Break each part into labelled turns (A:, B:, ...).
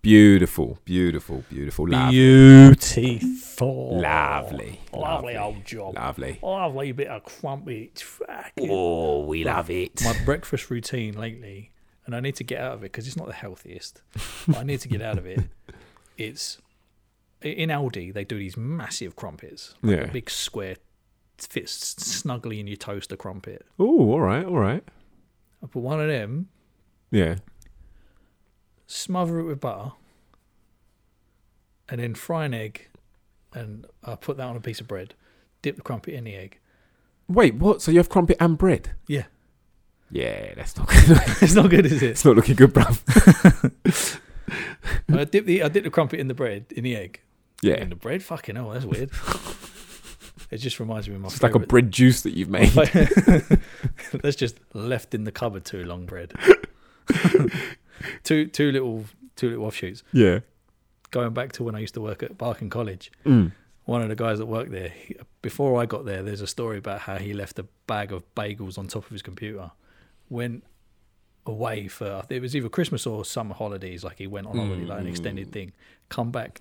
A: Beautiful, beautiful, beautiful. Lovely.
B: Beautiful.
A: Lovely.
B: Lovely old job.
A: Lovely.
B: Lovely bit of crumpy. It's fucking-
A: Oh, we love it.
B: my breakfast routine lately, and I need to get out of it because it's not the healthiest. but I need to get out of it. It's in Aldi they do these massive crumpets, like
A: Yeah.
B: a big square fits snugly in your toaster crumpet.
A: Oh, all right, all right.
B: I put one of them,
A: Yeah.
B: smother it with butter, and then fry an egg, and I put that on a piece of bread. Dip the crumpet in the egg.
A: Wait, what? So you have crumpet and bread?
B: Yeah,
A: Yeah, that's not good.
B: it's not good, is it?
A: it's not looking good, bruv.
B: I dip the I dip the crumpet in the bread in the egg.
A: Yeah.
B: In the bread? Fucking hell, that's weird. it just reminds me of my
A: It's like a
B: favourite-
A: bread juice that you've made.
B: that's just left in the cupboard too long bread. two two little two little offshoots.
A: Yeah.
B: Going back to when I used to work at Barking College,
A: Mm.
B: one of the guys that worked there, he, before I got there, there's a story about how he left a bag of bagels on top of his computer, went away for it was either Christmas or summer holidays. Like he went on holiday, like an extended thing. Come back,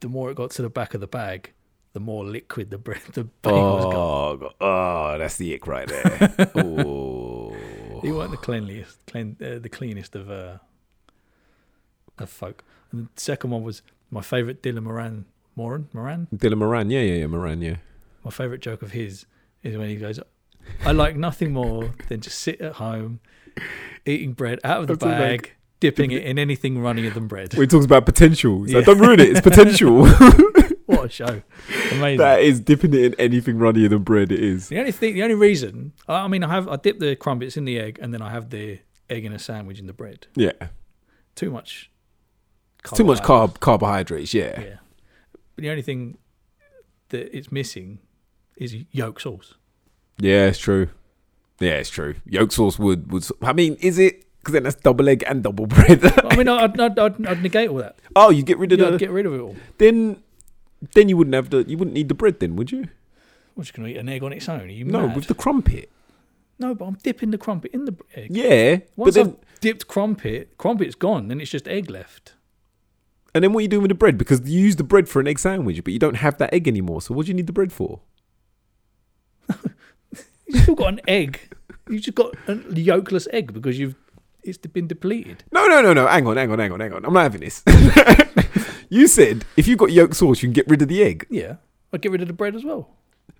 B: the more it got to the back of the bag, the more liquid the bread, the bagels got.
A: Oh, God. oh, that's the ick right there. oh.
B: He weren't the cleanliest, clean, uh, the cleanest of uh, of folk. And the second one was my favourite Dylan Moran, Moran, Moran.
A: Dylan Moran. Yeah, yeah, yeah. Moran, yeah.
B: My favourite joke of his is when he goes, "I like nothing more than just sit at home, eating bread out of the
A: Out of the
B: bag,
A: bag.
B: dipping it in anything runnier than bread."
A: Well, he talks about potential. He's like,
B: Yeah.
A: Don't ruin it. It's potential.
B: what a show! Amazing.
A: that is dipping it in anything runnier than bread. It is.
B: the only thing, the only reason, I I mean, I have I dip the crumpets in the egg, and then I have the egg in a sandwich in the bread.
A: Yeah.
B: Too much.
A: It's too much
B: carbohydrate.
A: carb carbohydrates. Yeah.
B: Yeah. But the only thing that it's missing is yolk sauce.
A: Yeah, it's true. Yeah, it's true. Yolk sauce would would. I mean, is it? Because then that's double egg and double bread.
B: I mean, I'd, I'd, I'd, I'd negate all that.
A: oh, you get rid of
B: Yeah,
A: the
B: I'd get rid of it all.
A: then. Then you wouldn't have the. You wouldn't need the bread then, would you?
B: I'm just going to eat an egg on its own. Are you
A: No,
B: mad?
A: with the crumpet.
B: no, but I'm dipping the crumpet in the br- egg.
A: Yeah, but
B: Once
A: then
B: I've dipped crumpet, crumpet's gone, then it's just egg left.
A: and then what are you doing with the bread? Because you use the bread for an egg sandwich, but you don't have that egg anymore. So what do you need the bread for?
B: You've still got an egg. You've just got a yolkless egg because you've it's been depleted.
A: No, no, no, no. Hang on, hang on, hang on, hang on. I'm not having this. you said if you've got yolk sauce, you can get rid of the egg.
B: Yeah. I'd get rid of the bread as well.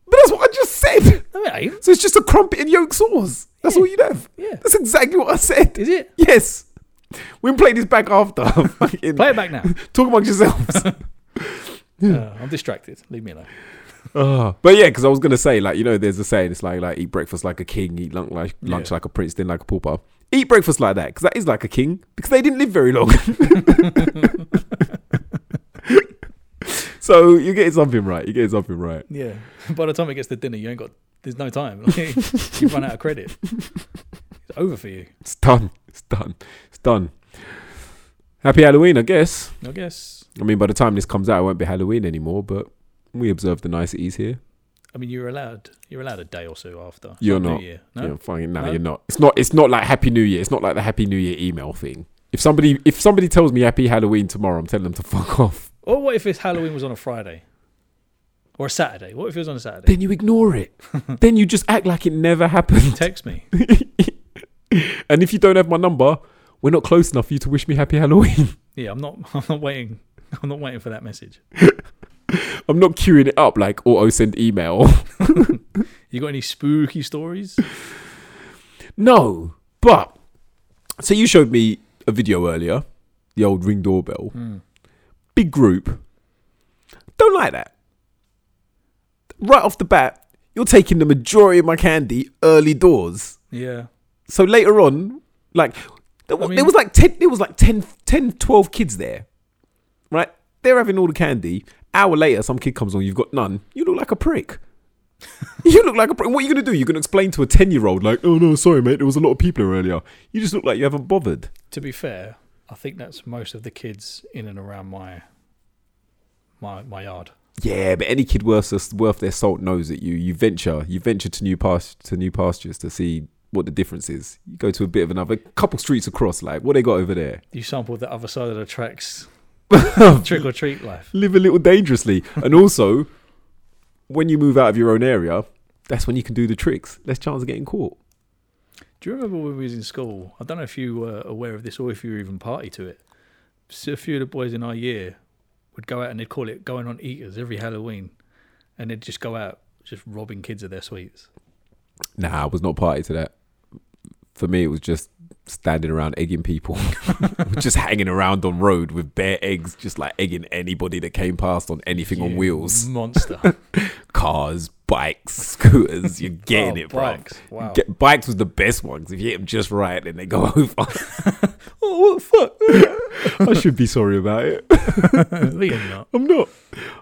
A: But that's what I just said.
B: No, it ain't.
A: So it's just a crumpet and yolk sauce. That's all you'd have.
B: Yeah.
A: That's exactly what I said.
B: Is it?
A: Yes. We can play this back after. Fucking-
B: Play it back now.
A: Talk amongst yourselves.
B: Uh, I'm distracted. Leave me alone.
A: Ah. but yeah, because I was gonna say, like, you know, there's a saying. It's like, like, eat breakfast like a king, eat lunch like lunch
B: Yeah.
A: like a prince, then like a pauper. Eat breakfast like that, because that is like a king, because they didn't live very long. so you're getting something right. You're getting something right.
B: Yeah. By the time it gets to dinner, you ain't got. There's no time. Like, you run out of credit. It's over for you.
A: It's done. It's done. It's done. Happy Halloween, I guess.
B: I guess.
A: I mean, by the time this comes out, it won't be Halloween anymore, but we observe the niceties here.
B: I mean, you're allowed. You're allowed a day or so after.
A: You're
B: New
A: not.
B: Year.
A: Yeah,
B: No.
A: fucking no,
B: No?
A: you're not. It's not. It's not like Happy New Year. It's not like the Happy New Year email thing. If somebody if somebody tells me Happy Halloween tomorrow, I'm telling them to fuck off.
B: Or what if it's Halloween was on a Friday, or a Saturday? What if it was on a Saturday?
A: Then you ignore it. then you just act like it never happened.
B: Text me.
A: and if you don't have my number, we're not close enough for you to wish me Happy Halloween.
B: Yeah, I'm not. I'm not waiting. I'm not waiting for that message.
A: I'm not queuing it up like auto send email.
B: You got any spooky stories?
A: no, but so you showed me a video earlier, the old ring doorbell,
B: Hmm.
A: big group. Don't like that. Right off the bat, you're taking the majority of my candy early doors.
B: Yeah.
A: So later on, like there, wa-
B: I mean-
A: there was like 10 there was like 10 10 12 kids there. Right? They're having all the candy. Hour later some kid comes on, you've got none. You look like a prick. you look like a prick. What are you going to do? You're going to explain to a 10-year-old like, "Oh no, sorry mate, there was a lot of people here earlier." You just look like you haven't bothered.
B: To be fair, I think that's most of the kids in and around my my my yard.
A: Yeah, but any kid worth worth their salt knows that you you venture you venture to new past to new pastures to see what the difference is. You go to a bit of another couple streets across, like what they got over there.
B: You sampled the other side of the tracks. Trick or treat life.
A: Live a little dangerously, and also when you move out of your own area, that's when you can do the tricks. Less chance of getting caught.
B: Do you remember when we was in school? I don't know if you were aware of this or if you were even party to it. So a few of the boys in our year would go out and they'd call it going on eaters every Halloween, and they'd just go out just robbing kids of their sweets.
A: Nah, I was not party to that. For me, it was just standing around egging people, just hanging around on road with bare eggs, just like egging anybody that came past on anything on
B: You
A: wheels,
B: monster.
A: cars, bikes, scooters. You're getting
B: Oh,
A: it, bro.
B: bikes. Wow.
A: Get, bikes was the best one 'cause if you hit them just right, then they go over.
B: oh, what the
A: I should be sorry about it.
B: fuck? No, you're not.
A: I'm not.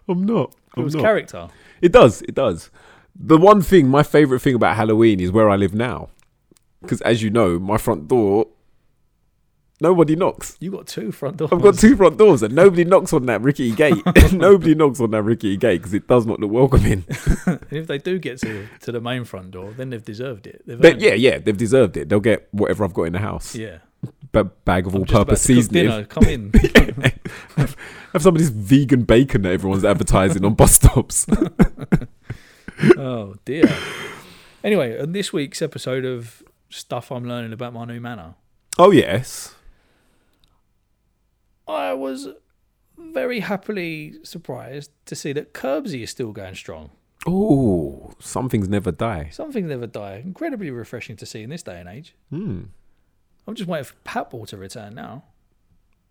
A: I'm not.
B: It was character.
A: It does. It does. The one thing, my favorite thing about Halloween is where I live now. Because as you know, my front door, nobody knocks.
B: You got two front doors.
A: I've got two front doors and nobody knocks on that rickety gate. nobody knocks on that rickety gate because it does not look welcoming.
B: And if they do get to, to the main front door, then they've deserved it. They've
A: But
B: earned
A: yeah,
B: it.
A: yeah, they've deserved it. They'll get whatever I've got in the house.
B: yeah.
A: But bag of
B: I'm
A: all
B: just about
A: purpose
B: to cook
A: seasoning.
B: dinner. Come in.
A: Have somebody's vegan bacon that everyone's advertising on bus stops.
B: oh dear. Anyway, on this week's episode of stuff I'm learning about my new manor,
A: Oh, yes.
B: I was very happily surprised to see that Curbsy is still going strong.
A: Oh, some things never die.
B: Something never die. Incredibly refreshing to see in this day and age.
A: Hmm.
B: I'm just waiting for Patball to return now.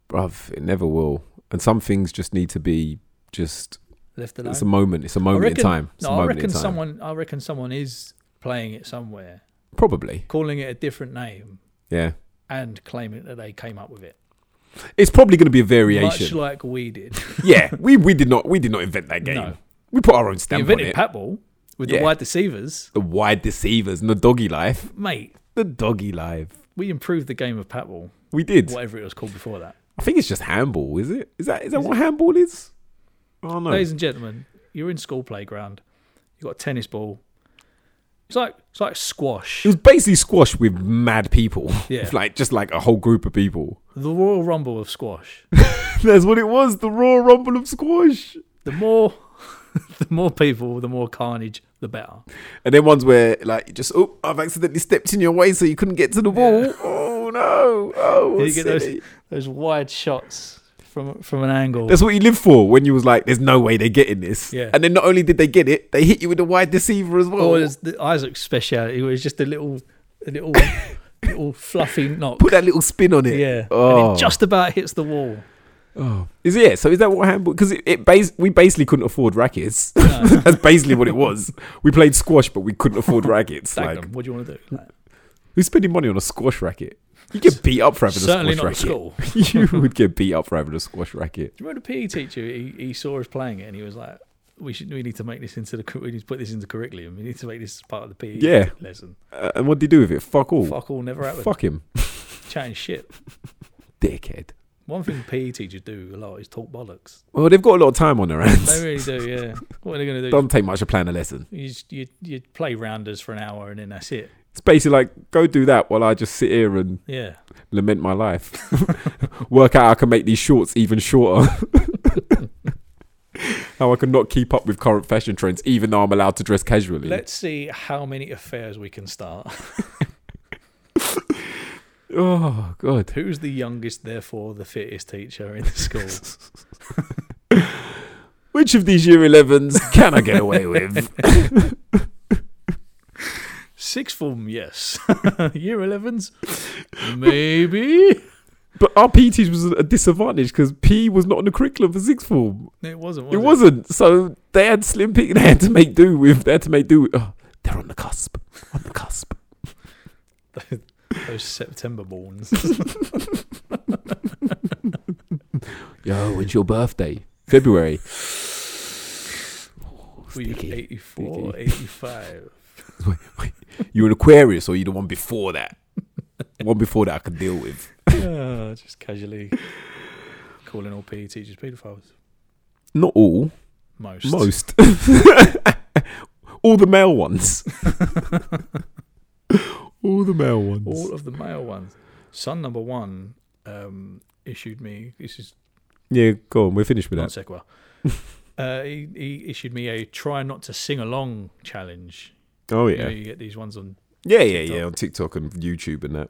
A: bruv, it never will. And some things just need to be just.
B: Left alone.
A: It's a moment. It's a
B: I
A: moment
B: reckon,
A: in time. It's
B: No,
A: a
B: I
A: moment
B: reckon
A: in time.
B: someone. I reckon someone is playing it somewhere,
A: Probably.
B: calling it a different name,
A: Yeah.
B: and claiming that they came up with it.
A: It's probably going to be a
B: Much
A: variation.
B: like we did.
A: yeah. We we did not we did not invent that game.
B: No.
A: We put our own
B: we
A: stamp on
B: invented
A: it.
B: Patball with
A: Yeah.
B: the Wide Deceivers.
A: the wide deceivers and the doggy life.
B: Mate,
A: The doggy life.
B: we improved the game of Patball,
A: We did.
B: whatever it was called before that.
A: I think it's just handball. Is it? Is that is that what handball is? Oh no.
B: Ladies and gentlemen, you're in school playground. You've got a tennis ball. It's like it's like squash.
A: it was basically squash with mad people.
B: Yeah.
A: like just like a whole group of people.
B: The Royal Rumble of squash.
A: That's what it was. The raw rumble of squash.
B: The more the more people, the more carnage, the better.
A: And then ones where like you just oh I've accidentally stepped in your way so you couldn't get to the ball. Oh no! Oh,
B: You
A: what
B: get those-
A: silly.
B: Those wide shots from from an angle.
A: That's what you live for when you was like, "There's no way they're getting this."
B: Yeah.
A: And then not only did they get it, they hit you with a wide deceiver as well.
B: Or is the Isaac's speciality was just a little a little little fluffy knock.
A: Put that little spin on it.
B: Yeah.
A: Oh.
B: And it just about hits the wall.
A: Oh. Is it? So is that what handball? Because it, it bas- we basically couldn't afford rackets. That's basically what it was. We played squash, but we couldn't afford rackets.
B: Tag
A: like,
B: them. What do you want to do? Like,
A: who's spending money on a squash racket? You get beat up for having
B: certainly
A: a
B: not at
A: squash
B: school. Do
A: racket. you would get beat up for having a squash racket.
B: you remember the PE teacher? He, he saw us playing it and he was like, "We should. We need to make this into the. cur- We need to put this into curriculum. We need to make this part of the PE
A: Yeah.
B: lesson.
A: Uh, and what did he do with it? Fuck all. Fuck,
B: Fuck all. Never happened.
A: him,
B: Chatting shit.
A: dickhead.
B: One thing PE teachers do a lot is talk bollocks.
A: Well, they've got a lot of time on their
B: They
A: hands.
B: really do. Yeah. What are they going to do?
A: Doesn't take much to plan a lesson.
B: You, just- you you play rounders for an hour and then that's it.
A: It's basically like, go do that while I just sit here and
B: Yeah.
A: lament my life. Work out how I can make these shorts even shorter. how I can not keep up with current fashion trends, even though I'm allowed to dress casually.
B: Let's see how many affairs we can start.
A: oh god.
B: Who's the youngest, therefore the fittest teacher in the school?
A: Which of these year 11s can I get away with?
B: Sixth form, yes. Year 11s, maybe.
A: But our P teacher was a disadvantage because P was not on the curriculum for sixth form.
B: It wasn't. Was
A: It wasn't. So they had slim pick. They had to make do with. They had to make do. With, oh, they're on the cusp. On the cusp.
B: Those September borns.
A: Yo, when's your birthday? February.
B: Were you
A: Sticky.
B: 84,
A: Sticky.
B: 85?
A: You're an Aquarius, or you the one before that. one before that I could deal with.
B: Ah, just casually calling all PE teachers paedophiles.
A: Not all.
B: Most.
A: Most. all the male ones. All the male ones.
B: all of the male ones. Son number one um, issued me. This is
A: yeah, go on. We're finished with
B: non
A: that.
B: sequitur. uh, he, he issued me a try not to sing along challenge.
A: Oh
B: You, know,
A: yeah,
B: you get these ones on
A: yeah, yeah, yeah.
B: TikTok.
A: On TikTok and YouTube and that.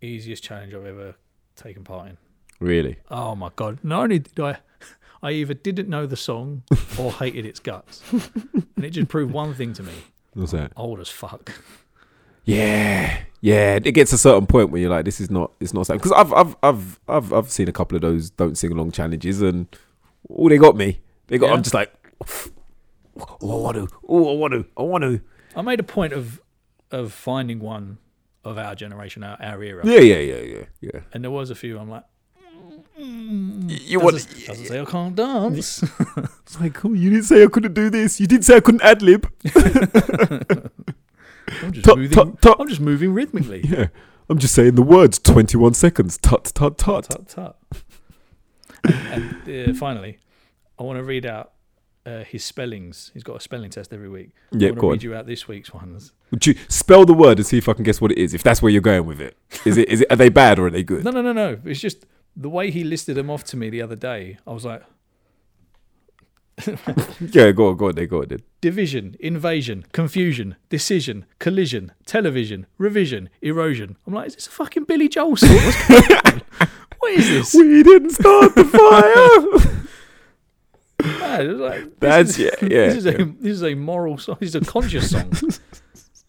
B: easiest challenge I've ever taken part in.
A: Really?
B: Oh my god! Not only did I, I either didn't know the song or hated its guts, and it just proved one thing to me:
A: What's that?
B: old as fuck.
A: Yeah, yeah. It gets a certain point where you're like, this is not, it's not something. Because I've, I've, I've, I've, I've seen a couple of those don't sing along challenges, and oh, they got me. They got.
B: Yeah.
A: I'm just like, oh, I want to. Oh, I want to. I want to.
B: I made a point of of finding one of our generation, our, our era,
A: Yeah, yeah, yeah, yeah, yeah.
B: and there was a few. I'm like,
A: You, you want?
B: doesn't, doesn't say I can't dance.
A: It's like, oh, you didn't say I couldn't do this. You did say I couldn't ad lib.
B: I'm just
A: Tut,
B: moving.
A: tut, tut.
B: I'm just moving rhythmically.
A: Yeah, I'm just saying the words. Twenty-one seconds. Tut tut tut.
B: tut tut. and and, uh, finally, I want to read out uh, his spellings. He's got a spelling test every week.
A: Yeah,
B: I
A: go
B: want to
A: on.
B: read you out this week's ones.
A: Would you spell the word and see if I can guess what it is? If that's where you're going with it, is it? Is it? Are they bad or are they good?
B: No, no, no, no. It's just the way he listed them off to me the other day. I was like,
A: Yeah, go on, go on, then, go on. Then.
B: division, invasion, confusion, decision, collision, television, revision, erosion. I'm like, is this a fucking Billy Joel song? What's going on? What is this?
A: We didn't start the fire.
B: Man, it's like, this
A: That's-
B: is-
A: yeah, yeah,
B: This is,
A: yeah.
B: A, this is a moral song. This is a conscious song.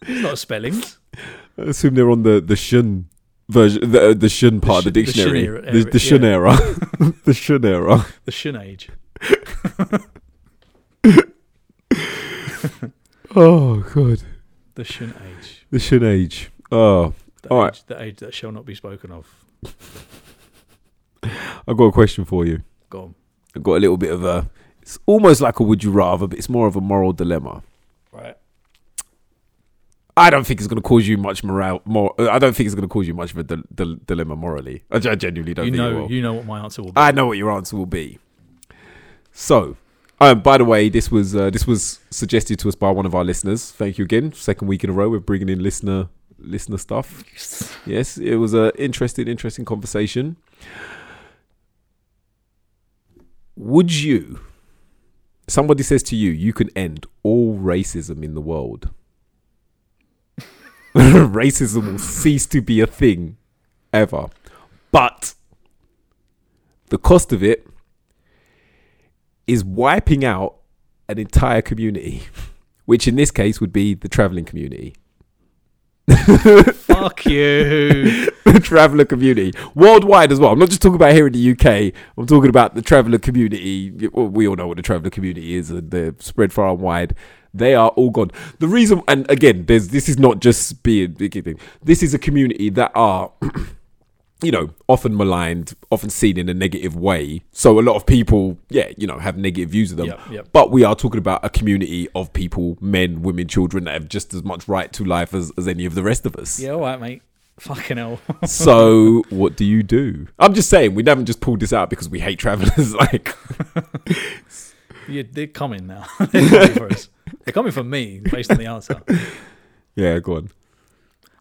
B: It's not spellings.
A: I assume they're on the the shun version, the, uh, the shun part of the
B: sh- the shun
A: dictionary,
B: era-
A: the,
B: era,
A: the shun
B: yeah.
A: era, the shun era.
B: The Shin Age.
A: Oh god,
B: The Shin Age.
A: the shun age. Oh,
B: The,
A: All
B: age
A: right.
B: the age that shall not be spoken of.
A: I've got a question for you.
B: Gone.
A: I've got a little bit of a. It's almost like a would you rather, but it's more of a moral dilemma.
B: Right.
A: I don't think it's going to cause you much morale. More, I don't think it's going to cause you much of a dil- dil- dilemma morally. I, gen- genuinely don't
B: You
A: think it
B: know,
A: will.
B: you know what my answer will be.
A: I know what your answer will be. So, uh, by the way, this was uh, this was suggested to us by one of our listeners. Thank you again. Second week in a row, we're bringing in listener listener stuff. Yes, it was a interesting, interesting conversation. Would you? Somebody says to you, you can end all racism in the world. racism will cease to be a thing ever. But the cost of it is wiping out an entire community, which in this case would be the traveling community.
B: Fuck you.
A: the traveler community worldwide as well. I'm not just talking about here in the UK. I'm talking about the traveler community. Well, We all know what the traveler community is, and they're spread far and wide. They are all gone. The reason, and again, there's this is not just being this is a community that are. You know, often maligned, often seen in a negative way. So a lot of people, yeah, you know, have negative views of them.
B: Yep, yep.
A: But we are talking about a community of people, men, women, children, that have just as much right to life as, as any of the rest of us.
B: Yeah, all right, mate. Fucking hell.
A: So what do you do? I'm just saying we haven't just pulled this out because we hate travelers. like
B: you, they're coming now. they're coming for us. They're coming for me based on the answer.
A: yeah, go on.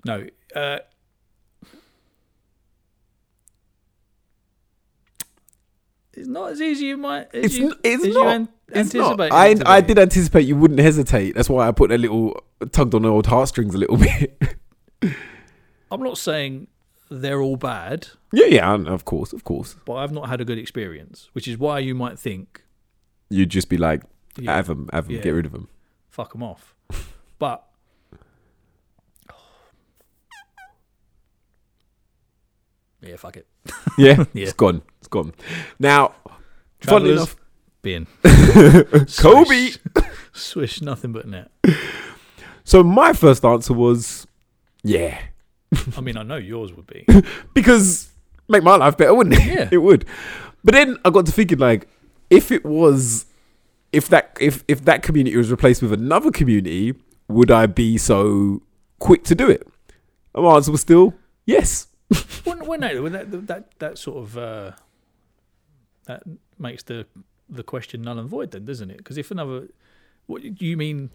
B: No. Uh, it's not as easy you might. As
A: It's
B: you,
A: n- it's
B: as
A: not.
B: You an-
A: It's not.
B: anticipated
A: I
B: it to
A: I
B: be.
A: did anticipate you wouldn't hesitate. That's why I put a little tugged on the old heartstrings a little bit.
B: I'm not saying they're all bad,
A: yeah, yeah, and of course, of course.
B: but I've not had a good experience, which is why you might think
A: You'd just be like,
B: Yeah.
A: have them, have them,
B: Yeah.
A: get rid of them.
B: fuck them off. But yeah, fuck it.
A: Yeah,
B: Yeah.
A: it's gone, it's gone. Now, funnily
B: Travelers,
A: enough,
B: bin.
A: Kobe.
B: Swish. Swish nothing but net.
A: So my first answer was, yeah,
B: I mean, I know yours would be.
A: because make my life better, wouldn't it?
B: Yeah.
A: it would. But then I got to thinking, like, if it was, if that if if that community was replaced with another community, would I be so quick to do it? And my answer was still yes.
B: Well, well, no, well, that, that that sort of uh, that makes the the question null and void, then, doesn't it? Because if another, what do you mean?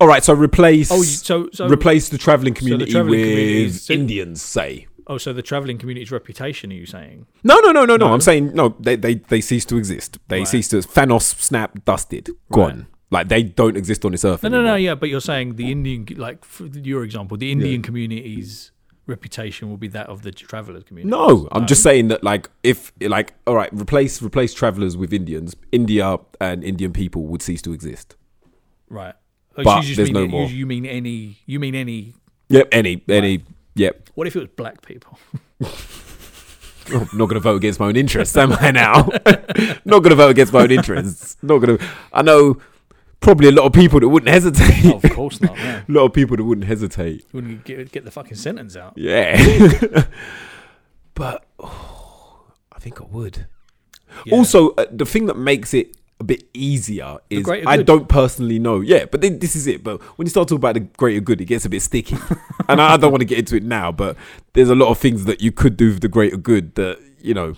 A: All right, so replace
B: Oh, you- so so
A: replace the traveling community
B: travelling
A: with
B: community is-
A: Indians, say.
B: oh, so the traveling community's reputation? Are you saying?
A: No, no, no, no, no.
B: No.
A: I'm saying no. They they they cease to exist. They
B: Right.
A: cease to. Thanos, snap, dusted, gone. Like they don't exist on this earth.
B: No, no, no.
A: anymore.
B: Yeah, but you're saying the Indian, like for your example, the Indian community's reputation will be that of the traveller community.
A: No, I'm just saying that like if like all right, replace replace travelers with Indians, India and Indian people would cease to exist.
B: right. Oh, so
A: But
B: you just
A: there's
B: mean
A: no
B: you-
A: more.
B: You, mean any? You mean any?
A: Yep, any any yep. Oh,
B: What if it was black people?
A: I'm not going to vote against my own interests, am I now? not going to vote against my own interests. Not going to. I know probably a lot of people that wouldn't hesitate.
B: of course not. No.
A: a lot of people that wouldn't hesitate.
B: You wouldn't get, get the fucking sentence out.
A: Yeah. but oh, I think I would.
B: Yeah.
A: Also, uh, the thing that makes it a bit easier is
B: greater
A: I
B: good.
A: don't personally know. Yeah, but then this is it. But when you start talking about the greater good, it gets a bit sticky. and I, I don't want to get into it now, but there's a lot of things that you could do for the greater good that, you know,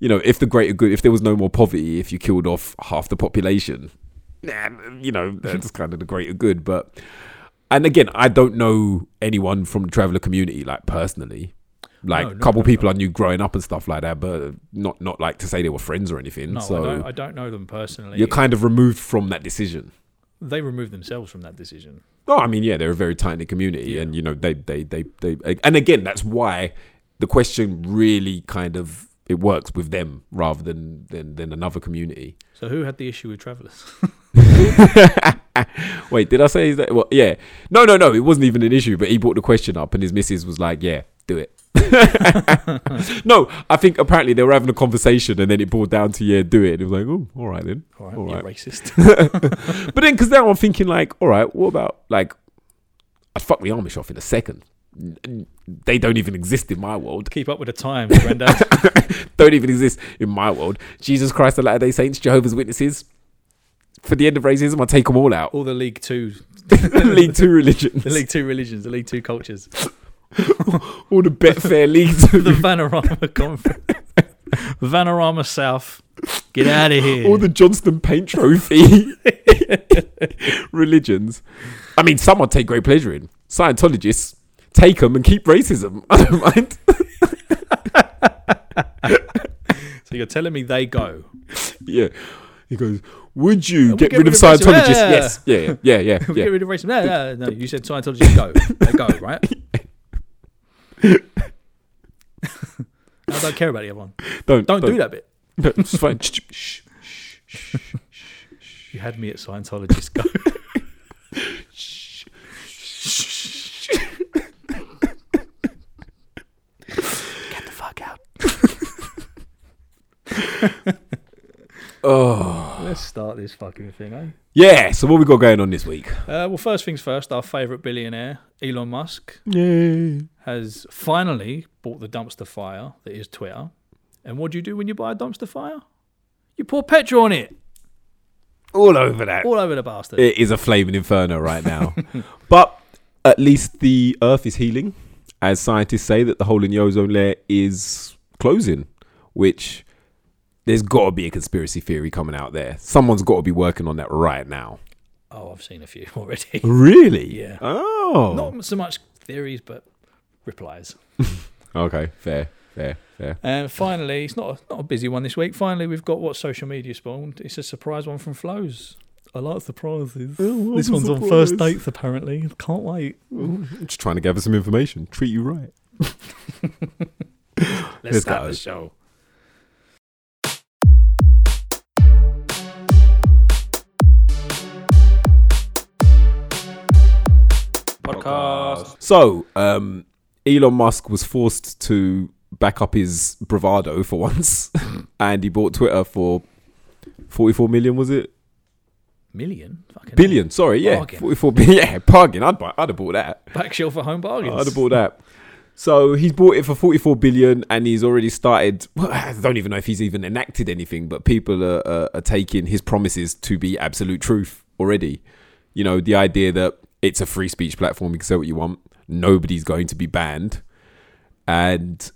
A: you know, if the greater good, if there was no more poverty, if you killed off half the population, nah, you know, that's kind of the greater good. But, and again, I don't know anyone from the traveler community, like personally. Like
B: No,
A: a
B: no,
A: couple
B: no,
A: people
B: no.
A: I knew growing up and stuff like that, but not not like to say they were friends or anything.
B: no, I,
A: so
B: don't, I don't know them personally.
A: you're kind of removed from that decision.
B: they removed themselves from that decision.
A: No, I mean, yeah, they're a very tiny community,
B: Yeah.
A: and you know, they, they, they, they, and again, that's why the question really kind of it works with them rather than than, than another community.
B: So who had the issue with travellers?
A: Wait, did I say that? Well, yeah. No, no, no. It wasn't even an issue, but he brought the question up, and his missus was like, "Yeah, do it." no, I think apparently they were having a conversation, and then it boiled down to, "Yeah, do it." And it was like, "Oh, all right then."
B: All right,
A: All
B: you
A: right.
B: racist.
A: But then, because now I'm thinking, like, all right, what about like, I'd fuck the Amish off in a second. N- They don't even exist in my world.
B: Keep up with the times, granddad.
A: Don't even exist in my world. Jesus Christ, the Latter Day Saints, Jehovah's Witnesses. For the end of racism, I take them all out.
B: All the League Two,
A: League Two religions,
B: the League Two religions, the League Two cultures,
A: all the Betfair leagues.
B: the Vanarama Conference, Vanarama South. Get out of here.
A: all the Johnston Paint Trophy religions. I mean, some I'd take great pleasure in. Scientologists take them and keep racism. I don't mind.
B: so you're telling me they go?
A: Yeah. He goes, Would you
B: we
A: get,
B: get
A: rid of
B: rid of racism.
A: Scientologists?
B: Yeah.
A: Yes. Yeah, yeah, yeah,
B: We
A: yeah.
B: Get rid of racism. No, no, no. You said Scientology go. They go, right? I don't care about the other one.
A: Don't,
B: Don't do that bit.
A: that. It's fine. Shh, shh, shh, shh, shh, shh,
B: You had me at Scientologist go.
A: shh.
B: Get the fuck out.
A: Oh.
B: Let's start this fucking thing, eh?
A: Yeah, so what we got going on this week?
B: Uh, well, first things first, our favourite billionaire, Elon Musk,
A: Yay.
B: has finally bought the dumpster fire that is Twitter. And what do you do when you buy a dumpster fire? You pour petrol on it,
A: All over that.
B: all over the bastard.
A: It is a flaming inferno right now. but at least the Earth is healing, as scientists say that the hole in the ozone layer is closing, which there's got to be a conspiracy theory coming out there. Someone's got to be working on that right now.
B: Oh, I've seen a few already.
A: Really?
B: Yeah.
A: Oh.
B: Not so much theories, but replies.
A: Okay, fair, fair, fair.
B: And Um, finally, it's not a, not a busy one this week. Finally, we've got what social media spawned. It's a surprise one from Flows. I like surprises. This one's on first dates, apparently. Can't wait.
A: Just trying to gather some information. Treat you right.
B: Let's,
A: Let's
B: start
A: go.
B: the show. Podcast.
A: So, um, Elon Musk was forced to back up his bravado for once, and he bought Twitter for forty-four million. Was it
B: Million? Fucking
A: billion? Sorry, yeah,
B: Bargain.
A: forty-four billion. Yeah, bargain. I'd buy. I'd have bought that.
B: hell. Back shelf at home bargains.
A: I'd have bought that. So he's bought it for 44 billion, and he's already started. Well, I don't even know if he's even enacted anything, but people are, are, are taking his promises to be absolute truth already. You know, the idea that it's a free speech platform, you can say what you want, nobody's going to be banned, and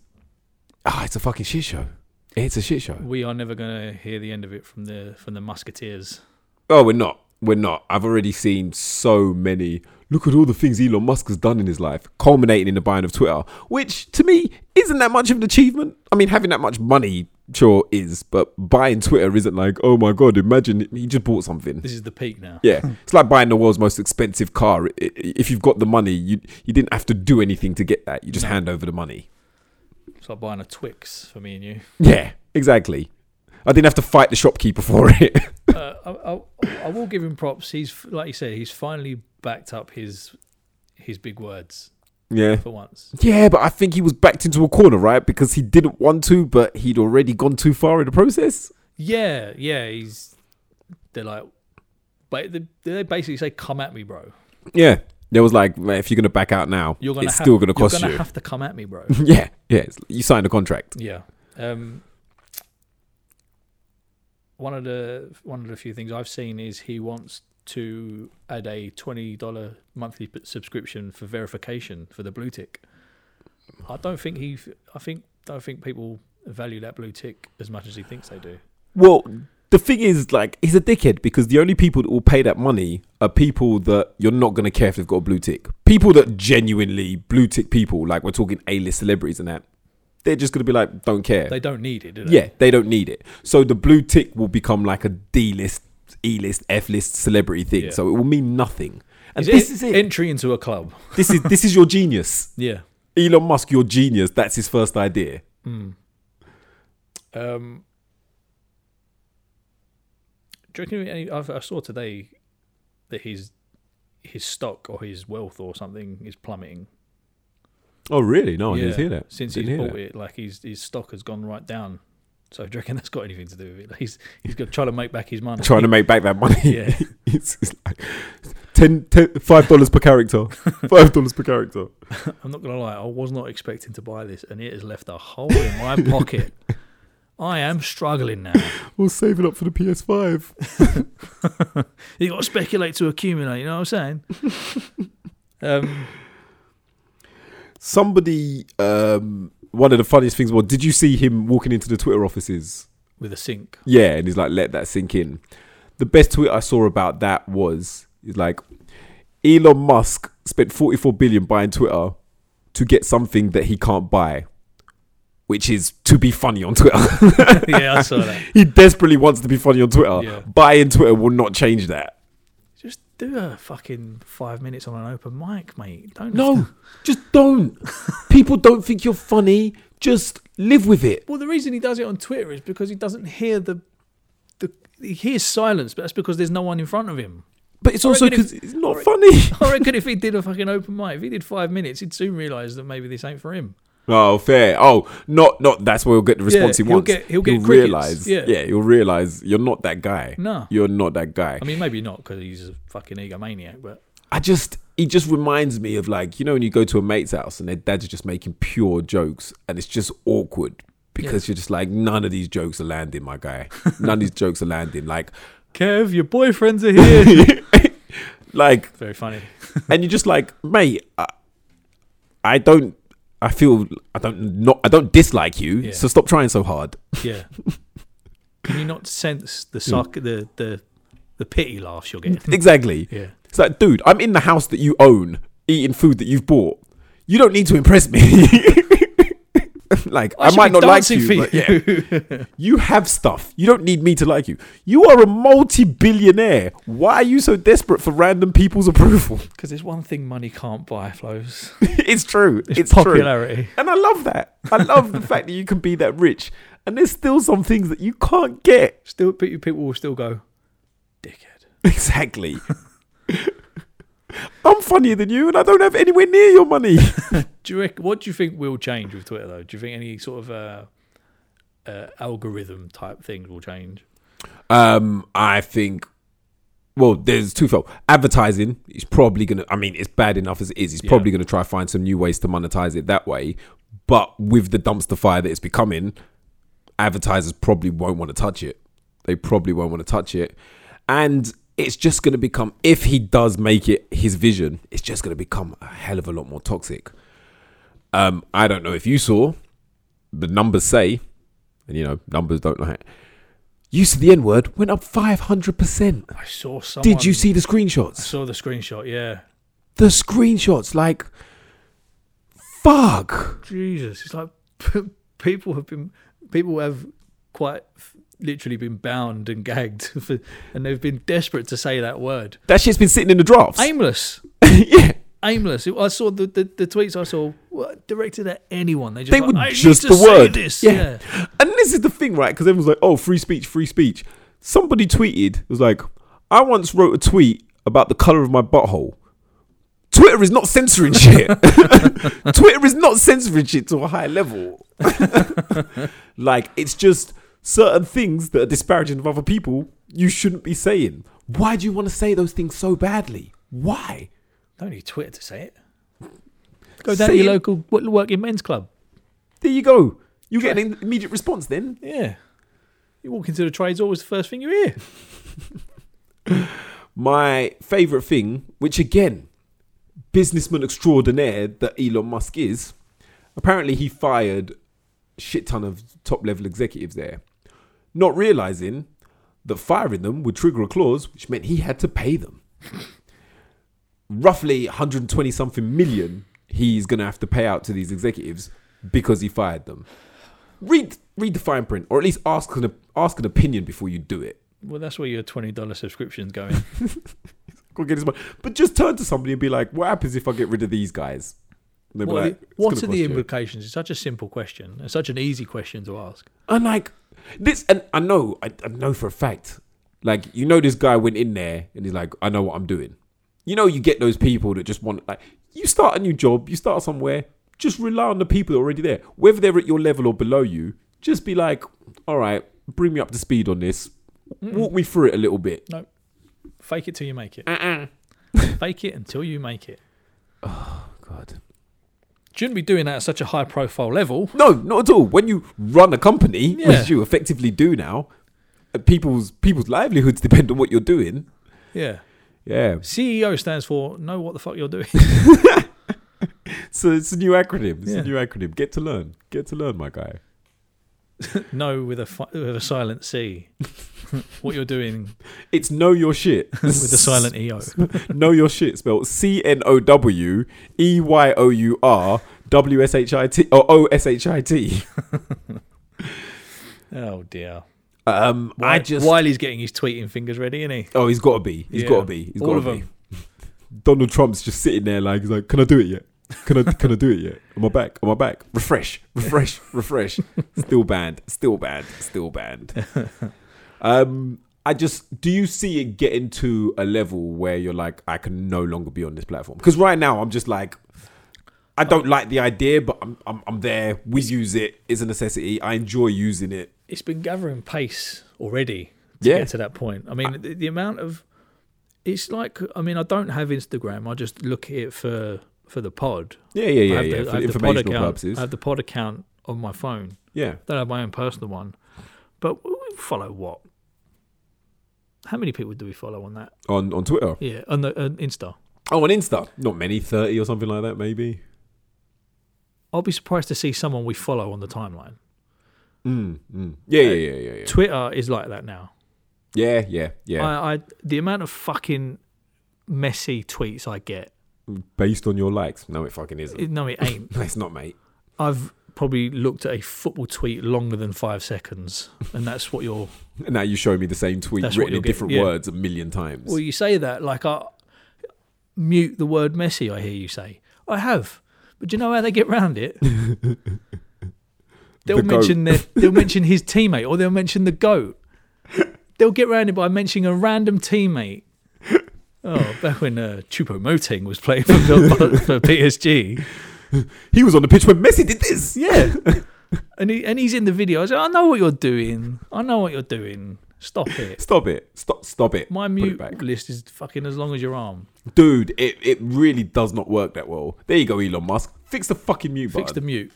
A: ah, it's a fucking shit show. It's a shit show.
B: We are never going to hear the end of it from the from the musketeers.
A: Oh, we're not. we're not. I've already seen so many. Look at all the things Elon Musk has done in his life, culminating in the buying of Twitter, which to me isn't that much of an achievement. I mean, having that much money sure is, but buying Twitter isn't like, oh my god, imagine he just bought something.
B: This is the peak now.
A: Yeah, it's like buying the world's most expensive car. I- i- If you've got the money, you you didn't have to do anything to get that. You just hand over the money.
B: It's like buying a Twix for me and you.
A: Yeah, exactly. I didn't have to fight the shopkeeper for it.
B: uh, I, I, I will give him props. He's like you say, he's finally backed up his his big words
A: yeah.
B: for once.
A: Yeah, but I think he was backed into a corner, right? Because he didn't want to, but he'd already gone too far in the process.
B: Yeah, yeah. He's they're like, but they, they basically say, "Come at me, bro.
A: Yeah. There was like, "Mate, if you're going to back out now,
B: You're gonna
A: it's
B: have,
A: still going to
B: you're
A: cost
B: gonna
A: you.
B: have to come at me, bro."
A: yeah. Yeah. it's- You signed a contract.
B: yeah. Um, one of the one of the few things I've seen is he wants to add a twenty dollar monthly p- subscription for verification for the blue tick. I don't think he. I think don't think people value that blue tick as much as he thinks they do.
A: Well, the thing is, like, he's a dickhead because the only people that will pay that money are people that you're not going to care if they've got a blue tick. People that genuinely blue tick people, like we're talking A list celebrities and that, they're just going to be like, don't care.
B: They don't need it. Do they?
A: Yeah, they don't need it. So the blue tick will become like a D list, E list, F list celebrity thing.
B: Yeah.
A: So it will mean nothing. And
B: Is
A: this
B: it
A: is it.
B: Entry into a club.
A: this is this is your genius,
B: Yeah.
A: Elon Musk. Your genius. That's his first idea.
B: Um, do you reckon any? I've, I saw today that his his stock or his wealth or something is plummeting.
A: Oh really? No, I didn't hear that.
B: Since
A: Didn't
B: he's
A: hear
B: bought it, like his his stock has gone right down. So do you reckon that's got anything to do with it? Like he's he's got trying to make back his money.
A: Trying to make back that money.
B: Yeah.
A: it's, it's like ten, ten, five dollars per character. Five dollars per character.
B: I'm not gonna lie, I was not expecting to buy this, and it has left a hole in my pocket. I am struggling now.
A: We'll save it up for the PS5.
B: You got to speculate to accumulate. You know what I'm saying? Um,
A: Somebody, um, one of the funniest things was, did you see him walking into the Twitter offices?
B: with a sink.
A: Yeah, and he's like, let that sink in. The best tweet I saw about that was he's like, Elon Musk spent 44 billion buying Twitter to get something that he can't buy, which is to be funny on Twitter.
B: yeah, I saw that.
A: he desperately wants to be funny on Twitter.
B: Yeah.
A: Buying Twitter will not change that.
B: Just do a fucking five minutes on an open mic, mate. Don't
A: No, just don't. People don't think you're funny. Just live with it.
B: Well, the reason he does it on Twitter is because he doesn't hear the the he hears silence, but that's because there's no one in front of him.
A: But it's also
B: reckon if-
A: because it's not funny.
B: I reckon if he did a fucking open mic, if he did five minutes, he'd soon realise that maybe this ain't for him.
A: Oh, fair. Oh, not not. That's where he'll get the response
B: Yeah,
A: he
B: he'll
A: wants.
B: get- he'll get crickets.
A: realize.
B: Yeah.
A: he'll realize you're not that guy.
B: No.
A: you're not that guy.
B: I mean, maybe not because he's a fucking egomaniac, but
A: I just he just reminds me of like you know when you go to a mate's house and their dad's just making pure jokes and it's just awkward because you're just like none of these jokes are landing, my guy. None of these jokes are landing. Like,
B: Kev, your boyfriends are here.
A: like
B: Very funny.
A: and you're just like, mate, I, I don't. I feel I don't not I don't dislike you,
B: Yeah.
A: so stop trying so hard.
B: Yeah. Can you not sense the sock, the the the pity laughs you're getting?
A: Exactly.
B: Yeah.
A: It's like, dude, I'm in the house that you own, eating food that you've bought. You don't need to impress me. like, I,
B: should
A: might
B: be
A: not like
B: dancing
A: you.
B: for
A: but yeah. you have stuff. You don't need me to like you. You are a multi-billionaire. Why are you so desperate for random people's approval?
B: Because there's one thing money can't buy, flows.
A: it's true. It's, true.
B: popularity.
A: And I love that. I love the fact that you can be that rich. And there's still some things that you can't get.
B: Still, but you- people will still go, dickhead.
A: Exactly. I'm funnier than you and I don't have anywhere near your money.
B: Do you rec- what do you think will change with Twitter though? Do you think any sort of uh, uh, algorithm type things will change?
A: Um, I think. Well, there's twofold. Advertising is probably gonna. I mean, it's bad enough as it is. It's
B: Yeah.
A: probably gonna try to find some new ways to monetize it that way. But with the dumpster fire that it's becoming, advertisers probably won't want to touch it. They probably won't want to touch it, and it's just gonna become. If he does make it his vision, it's just gonna become a hell of a lot more toxic. Um, I don't know if you saw, the numbers say, and you know, numbers don't lie Use of the N word went up 500%.
B: I saw someone.
A: Did you see the
B: I
A: screenshots?
B: saw the screenshot. Yeah.
A: The screenshots, like, fuck.
B: Jesus, it's like people have been people have quite f- literally been bound and gagged, for, and they've been desperate to say that word.
A: That shit's been sitting in the drafts.
B: Aimless,
A: yeah.
B: aimless. I saw the, the, the tweets I saw were directed at anyone. They just
A: They
B: like,
A: were
B: "I need
A: just
B: to
A: the
B: say
A: word.
B: This.
A: Yeah.
B: Yeah.
A: And this is the thing, right? Because everyone's like, oh, free speech, free speech. Somebody tweeted, it was like, I once wrote a tweet about the color of my butthole. Twitter is not censoring shit. Twitter is not censoring shit to a high level. like, it's just certain things that are disparaging of other people you shouldn't be saying. Why do you want to say those things so badly? Why?
B: Don't need Twitter to say it. Go down to
A: Say
B: your
A: it.
B: local w- working men's club.
A: There you go. You get an immediate response then.
B: Yeah. You walk into the trades, always the first thing you hear.
A: my favorite thing, which again, businessman extraordinaire that Elon Musk is, apparently he fired shit ton of top level executives there, not realizing that firing them would trigger a clause which meant he had to pay them. Roughly 120 something million he's going to have to pay out to these executives because he fired them. Read read the fine print or at least ask an ask an opinion before you do it.
B: Well, that's where your twenty dollars subscription's going.
A: go get his money. But just turn to somebody and be like, what happens if I get rid of these guys? And they'll be
B: what are
A: like,
B: the,
A: "It's
B: what
A: gonna
B: are
A: cost
B: the
A: you."
B: implications? It's such a simple question. It's such an easy question to ask.
A: And like, this, and I know, I, I know for a fact, like, you know, this guy went in there and he's like, I know what I'm doing. You know, you get those people that just want, like, you start a new job, you start somewhere, just rely on the people that are already there. Whether they're at your level or below you, just be like, all right, bring me up to speed on this. Walk me through it a little bit.
B: Fake it till you make it.
A: Uh-uh.
B: Fake it until you make it.
A: God.
B: Shouldn't be doing that at such a high profile level.
A: No, not at all. When you run a company,
B: Yeah.
A: which you effectively do now, uh, people's people's livelihoods depend on what you're doing.
B: Yeah.
A: Yeah.
B: CEO E stands for know what the fuck you're doing.
A: So it's a new acronym. It's
B: Yeah.
A: a new acronym. Get to learn. Get to learn, my guy.
B: know with a fi- with a silent C. what you're doing
A: It's know your shit.
B: with the silent E EO.
A: know your shit spelled C N O W E Y O U R W S H I T or O S H I T.
B: Oh dear.
A: Um I just
B: Wiley's getting his tweeting fingers ready, isn't he?
A: Oh, he's gotta be. He's
B: Yeah.
A: gotta be. He's
B: All
A: gotta
B: of
A: be.
B: them.
A: Donald Trump's just sitting there like he's like, Can I do it yet? Can I can I do it yet? Am I back? Am I back? Refresh, refresh, refresh. Still banned. Still banned. Still banned. Um I just do you see it getting to a level where you're like, I can no longer be on this platform? Because right now I'm just like I don't like the idea, but I'm, I'm I'm there. We use it. It's a necessity. I enjoy using it.
B: It's been gathering pace already to
A: Yeah.
B: get to that point. I mean, the, the amount of it's like I mean, I don't have Instagram. I just look at it for for the pod.
A: Yeah, yeah, yeah,
B: I have
A: yeah.
B: the- I
A: for
B: have the pod
A: informational
B: account-
A: purposes.
B: I have the pod account on my phone.
A: yeah.
B: don't have my own personal one. But we follow what? How many people do we follow on that?
A: On on Twitter.
B: Yeah, on the on Insta.
A: Oh, on Insta. Not many, 30 or something like that, maybe.
B: I'll be surprised to see someone we follow on the timeline.
A: Mm, mm. Yeah, yeah, yeah, yeah, yeah.
B: Twitter is like that now.
A: Yeah, yeah, yeah.
B: I, I the amount of fucking messy tweets I get.
A: Based on your likes. No, it fucking isn't.
B: it- no, it ain't.
A: No, it's not, mate.
B: I've probably looked at a football tweet longer than five seconds, and that's what you're.
A: Now you show me the same tweet
B: That's what
A: written
B: you'll
A: in
B: get,
A: different
B: yeah.
A: words a million times.
B: Well, you say that like I mute the word messy. I hear you say I have, but do you know how they get round it? they'll
A: The goat.
B: mention their, they'll mention his teammate, or they'll mention the goat. They'll get round it by mentioning a random teammate. Oh, back when uh, Chupo Moting was playing for, for PSG,
A: he was on the pitch when Messi did this.
B: yeah, and he, and he's in the video. I said, I know what you're doing. I know what you're doing. Stop it.
A: Stop it. Stop stop it.
B: My
A: Put
B: mute
A: it back.
B: list is fucking as long as your arm.
A: Dude, it, it really does not work that well. There you go, Elon Musk. Fix the fucking mute
B: Fix
A: button.
B: the mute.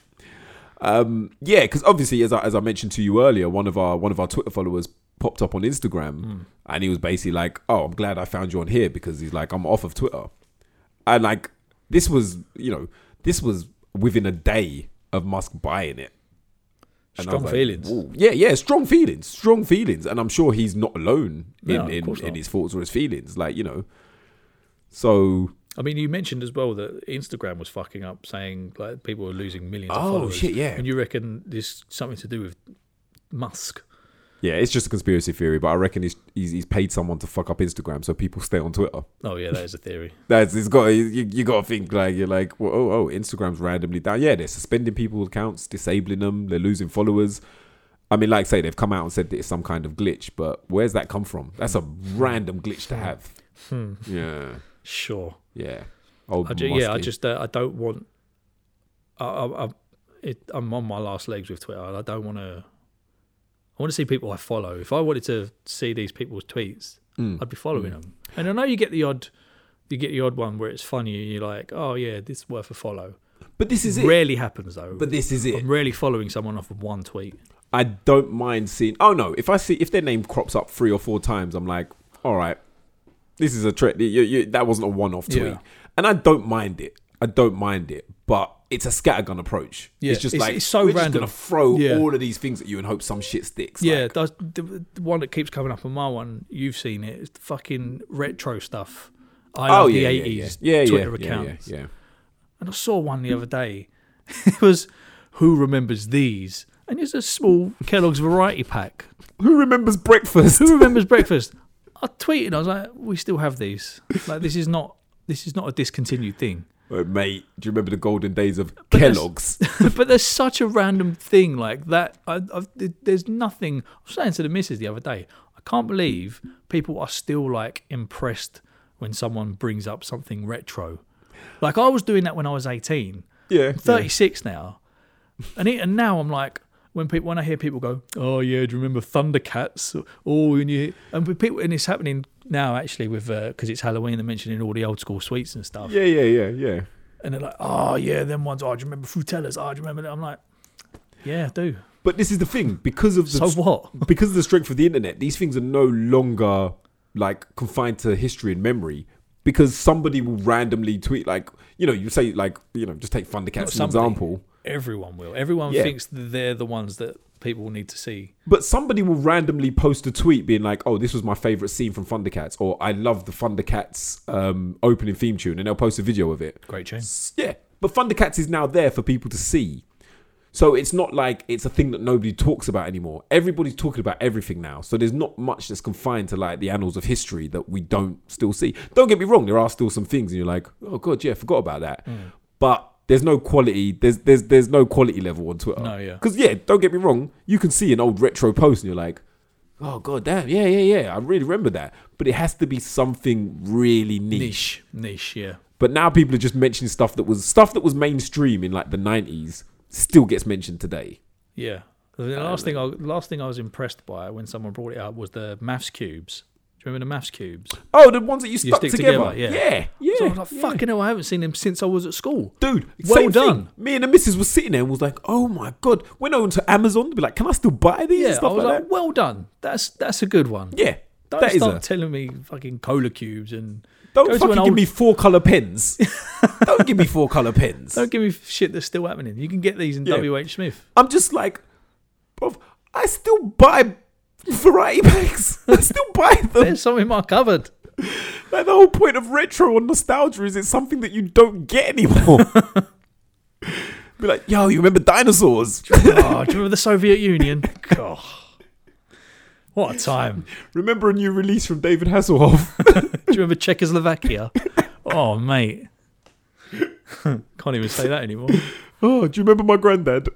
A: Um, yeah, because obviously, as I, as I mentioned to you earlier, one of our one of our Twitter followers popped up on Instagram,
B: Hmm.
A: and he was basically like, "Oh, I'm glad I found you on here because he's like, I'm off of Twitter," and like this was you know this was within a day of Musk buying it. And I
B: Strong
A: was
B: feelings.
A: "Whoa." Yeah, yeah, strong feelings, strong feelings, and I'm sure he's not alone in
B: No, of
A: in,
B: course
A: in
B: not.
A: his thoughts or his feelings. Like you know, so
B: I mean, you mentioned as well that Instagram was fucking up, saying like people were losing millions. of
A: Oh,
B: followers.
A: shit, yeah.
B: And you reckon there's something to do with Musk?
A: yeah, it's just a conspiracy theory, but I reckon he's he's, he's paid someone to fuck up Instagram so people stay on Twitter.
B: Oh yeah, that is a theory.
A: That's it's got you, you got to think like you're like well, oh oh Instagram's randomly down. Yeah, they're suspending people's accounts, disabling them, they're losing followers. I mean, like I say, they've come out and said that it's some kind of glitch, but where's that come from? That's a random glitch to have.
B: Hmm.
A: Yeah,
B: Sure.
A: yeah. Old
B: I ju- yeah, I
A: musty.
B: just uh, I don't want. I, I, I it, I'm on my last legs with Twitter. and I don't want to. I want to see people I follow. If I wanted to see these people's tweets,
A: Mm.
B: I'd be following them. And I know you get the odd, you get the odd one where it's funny and you're like, oh yeah, this is worth a follow.
A: But this is it.
B: Rarely happens though.
A: But this is it.
B: I'm rarely following someone off of one tweet.
A: I don't mind seeing. Oh no, if I see if their name crops up three or four times, I'm like, all right, this is a trick. You, you, that wasn't a one-off tweet,
B: Yeah.
A: and I don't mind it. I don't mind it, but it's a scattergun approach.
B: Yeah,
A: it's just
B: it's-
A: like
B: it's so
A: we're just
B: random.
A: gonna throw
B: Yeah.
A: all of these things at you and hope some shit sticks.
B: yeah,
A: like,
B: that's the, the one that keeps coming up on my one. You've seen it. It's the fucking retro stuff. I
A: oh
B: love
A: yeah,
B: the
A: yeah, yeah,
B: 80s
A: yeah, yeah,
B: Twitter
A: yeah,
B: accounts.
A: yeah, yeah.
B: And I saw one the other day. it was Who Remembers These? And it's a small Kellogg's variety pack.
A: Who remembers breakfast?
B: Who remembers breakfast? I tweeted, I was like, we still have these. Like this is not this is not a discontinued thing.
A: Oh, mate, do you remember the golden days of
B: that's-
A: Kellogg's?
B: but there's such a random thing like that. I, I've, th- there's nothing. I was saying to the missus the other day, I can't believe people are still like impressed when someone brings up something retro. Like I was doing that when I was 18.
A: yeah,
B: I'm 36 now, and it, and now I'm like. When people, when I hear people go, oh yeah, do you remember Thundercats? Oh, and you and with people, and it's happening now actually with because it's Halloween. They're mentioning all the old school sweets and stuff.
A: yeah, yeah, yeah, yeah, yeah.
B: And they're like, oh, yeah, them ones. Oh, do you remember Frutellas? Oh, do you remember that? I'm like, yeah, I do.
A: But this is the thing because of the
B: So what?
A: because of the strength of the internet, these things are no longer like confined to history and memory. Because somebody will randomly tweet, like you know, you say like you know, just take Thundercats as an
B: somebody.
A: example.
B: Everyone will. Everyone
A: Yeah.
B: thinks that they're the ones that people need to see.
A: But somebody will randomly post a tweet being like, "Oh, this was my favorite scene from Thundercats," or "I love the Thundercats um, opening theme tune," and they'll post a video of it.
B: Great change.
A: S- Yeah, but Thundercats is now there for people to see. So it's not like it's a thing that nobody talks about anymore. Everybody's talking about everything now. So there's not much that's confined to like the annals of history that we don't still see. Don't get me wrong, there are still some things and you're like, oh god, yeah, forgot about that.
B: Mm.
A: But there's no quality. There's there's there's no quality level on Twitter.
B: No, yeah.
A: Because yeah, don't get me wrong, you can see an old retro post and you're like, oh god, damn, yeah, yeah, yeah, I really remember that. But it has to be something really niche.
B: Niche. Niche, yeah.
A: But now people are just mentioning stuff that was stuff that was mainstream in like the nineties still gets mentioned today.
B: Yeah. The last thing, I, last thing I was impressed by when someone brought it up was the maths cubes. Do you remember the maths cubes?
A: Oh, the ones that you stuck
B: stick
A: together.
B: together, yeah.
A: yeah, yeah.
B: so I was like,
A: yeah.
B: fucking hell, I haven't seen them since I was at school.
A: Dude,
B: Well
A: same
B: done.
A: Thing. Me and the missus was sitting there and was like, "Oh my god!" Went on to Amazon to be like, "Can I still buy these?"
B: Yeah,
A: and
B: I
A: stuff
B: was
A: like,
B: like, well done. That's that's a good one.
A: that. Yeah,
B: Don't
A: that is
B: start
A: a.
B: telling me fucking cola cubes and
A: Don't
B: go to
A: fucking
B: an
A: give
B: old-
A: me four color pens. don't give me four color pens.
B: don't give me shit that's still happening. You can get these in
A: Yeah.
B: WH Smith.
A: I'm just like, bro, I still buy variety packs. I still buy them.
B: There's some in my cupboard.
A: Like the whole point of retro and nostalgia is it's something that you don't get anymore. Be like, yo, you remember dinosaurs?
B: Oh, do you remember the Soviet Union? God. What a time.
A: remember a new release from David Hasselhoff?
B: Do you remember Czechoslovakia? Oh, mate. Can't even say that anymore.
A: Oh, do you remember my granddad?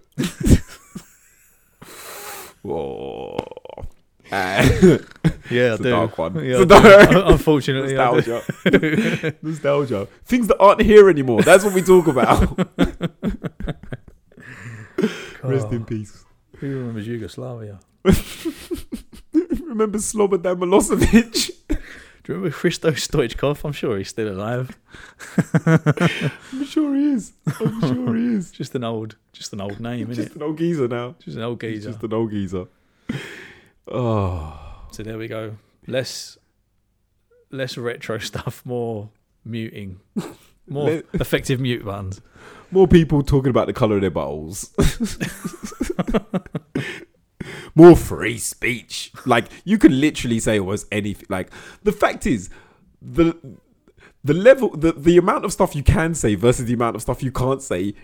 A: Whoa. Ah,
B: Yeah,
A: a dark one. It's
B: Yeah, I
A: a
B: do.
A: dark-
B: Un- Unfortunately, I do.
A: nostalgia. nostalgia. Things that aren't here anymore. That's what we talk about. Rest in peace.
B: Who remembers Yugoslavia?
A: Remember Slobodan Milosevic?
B: Do you remember Christo Stoichkov? I'm sure he's still alive.
A: I'm sure he is. I'm sure he is.
B: Just an old, just an old name, isn't
A: Just
B: it?
A: an old geezer now.
B: Just an old
A: He's
B: geezer.
A: just an old geezer. Oh,
B: So there we go. Less, less retro stuff, more muting. More
A: Let-
B: effective mute buttons.
A: More people talking about the colour of their bottles. More free speech. Like you could literally say almost anything. Like the fact is, the the level, the the amount of stuff you can say versus the amount of stuff you can't say.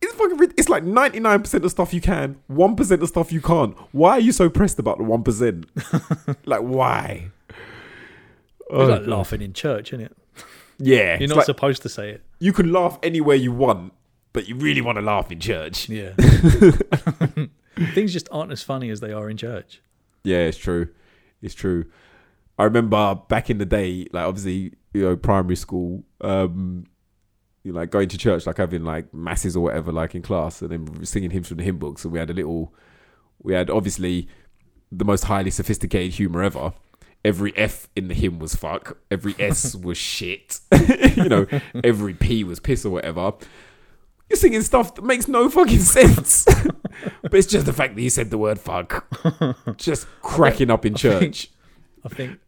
A: It's fucking. rid- It's like ninety nine percent of stuff you can, one percent of stuff you can't. Why are you so pressed about the one percent? like why?
B: It's like
A: Oh,
B: laughing in church, isn't it?
A: yeah,
B: You're
A: it's
B: not
A: like-
B: supposed to say it.
A: you can laugh anywhere you want, but you really want to laugh in church.
B: Yeah. Things just aren't as funny as they are in church.
A: Yeah, it's true. It's true. I remember back in the day, like obviously, you know, primary school, um, you know, like going to church, like having like masses or whatever, like in class, and then singing hymns from the hymn books. And we had a little, we had obviously the most highly sophisticated humor ever. Every F in the hymn was fuck. Every S was shit. you know, every P was piss or whatever. You're singing stuff that makes no fucking sense. but it's just the fact that you said the word fuck. Just cracking up in church.
B: I think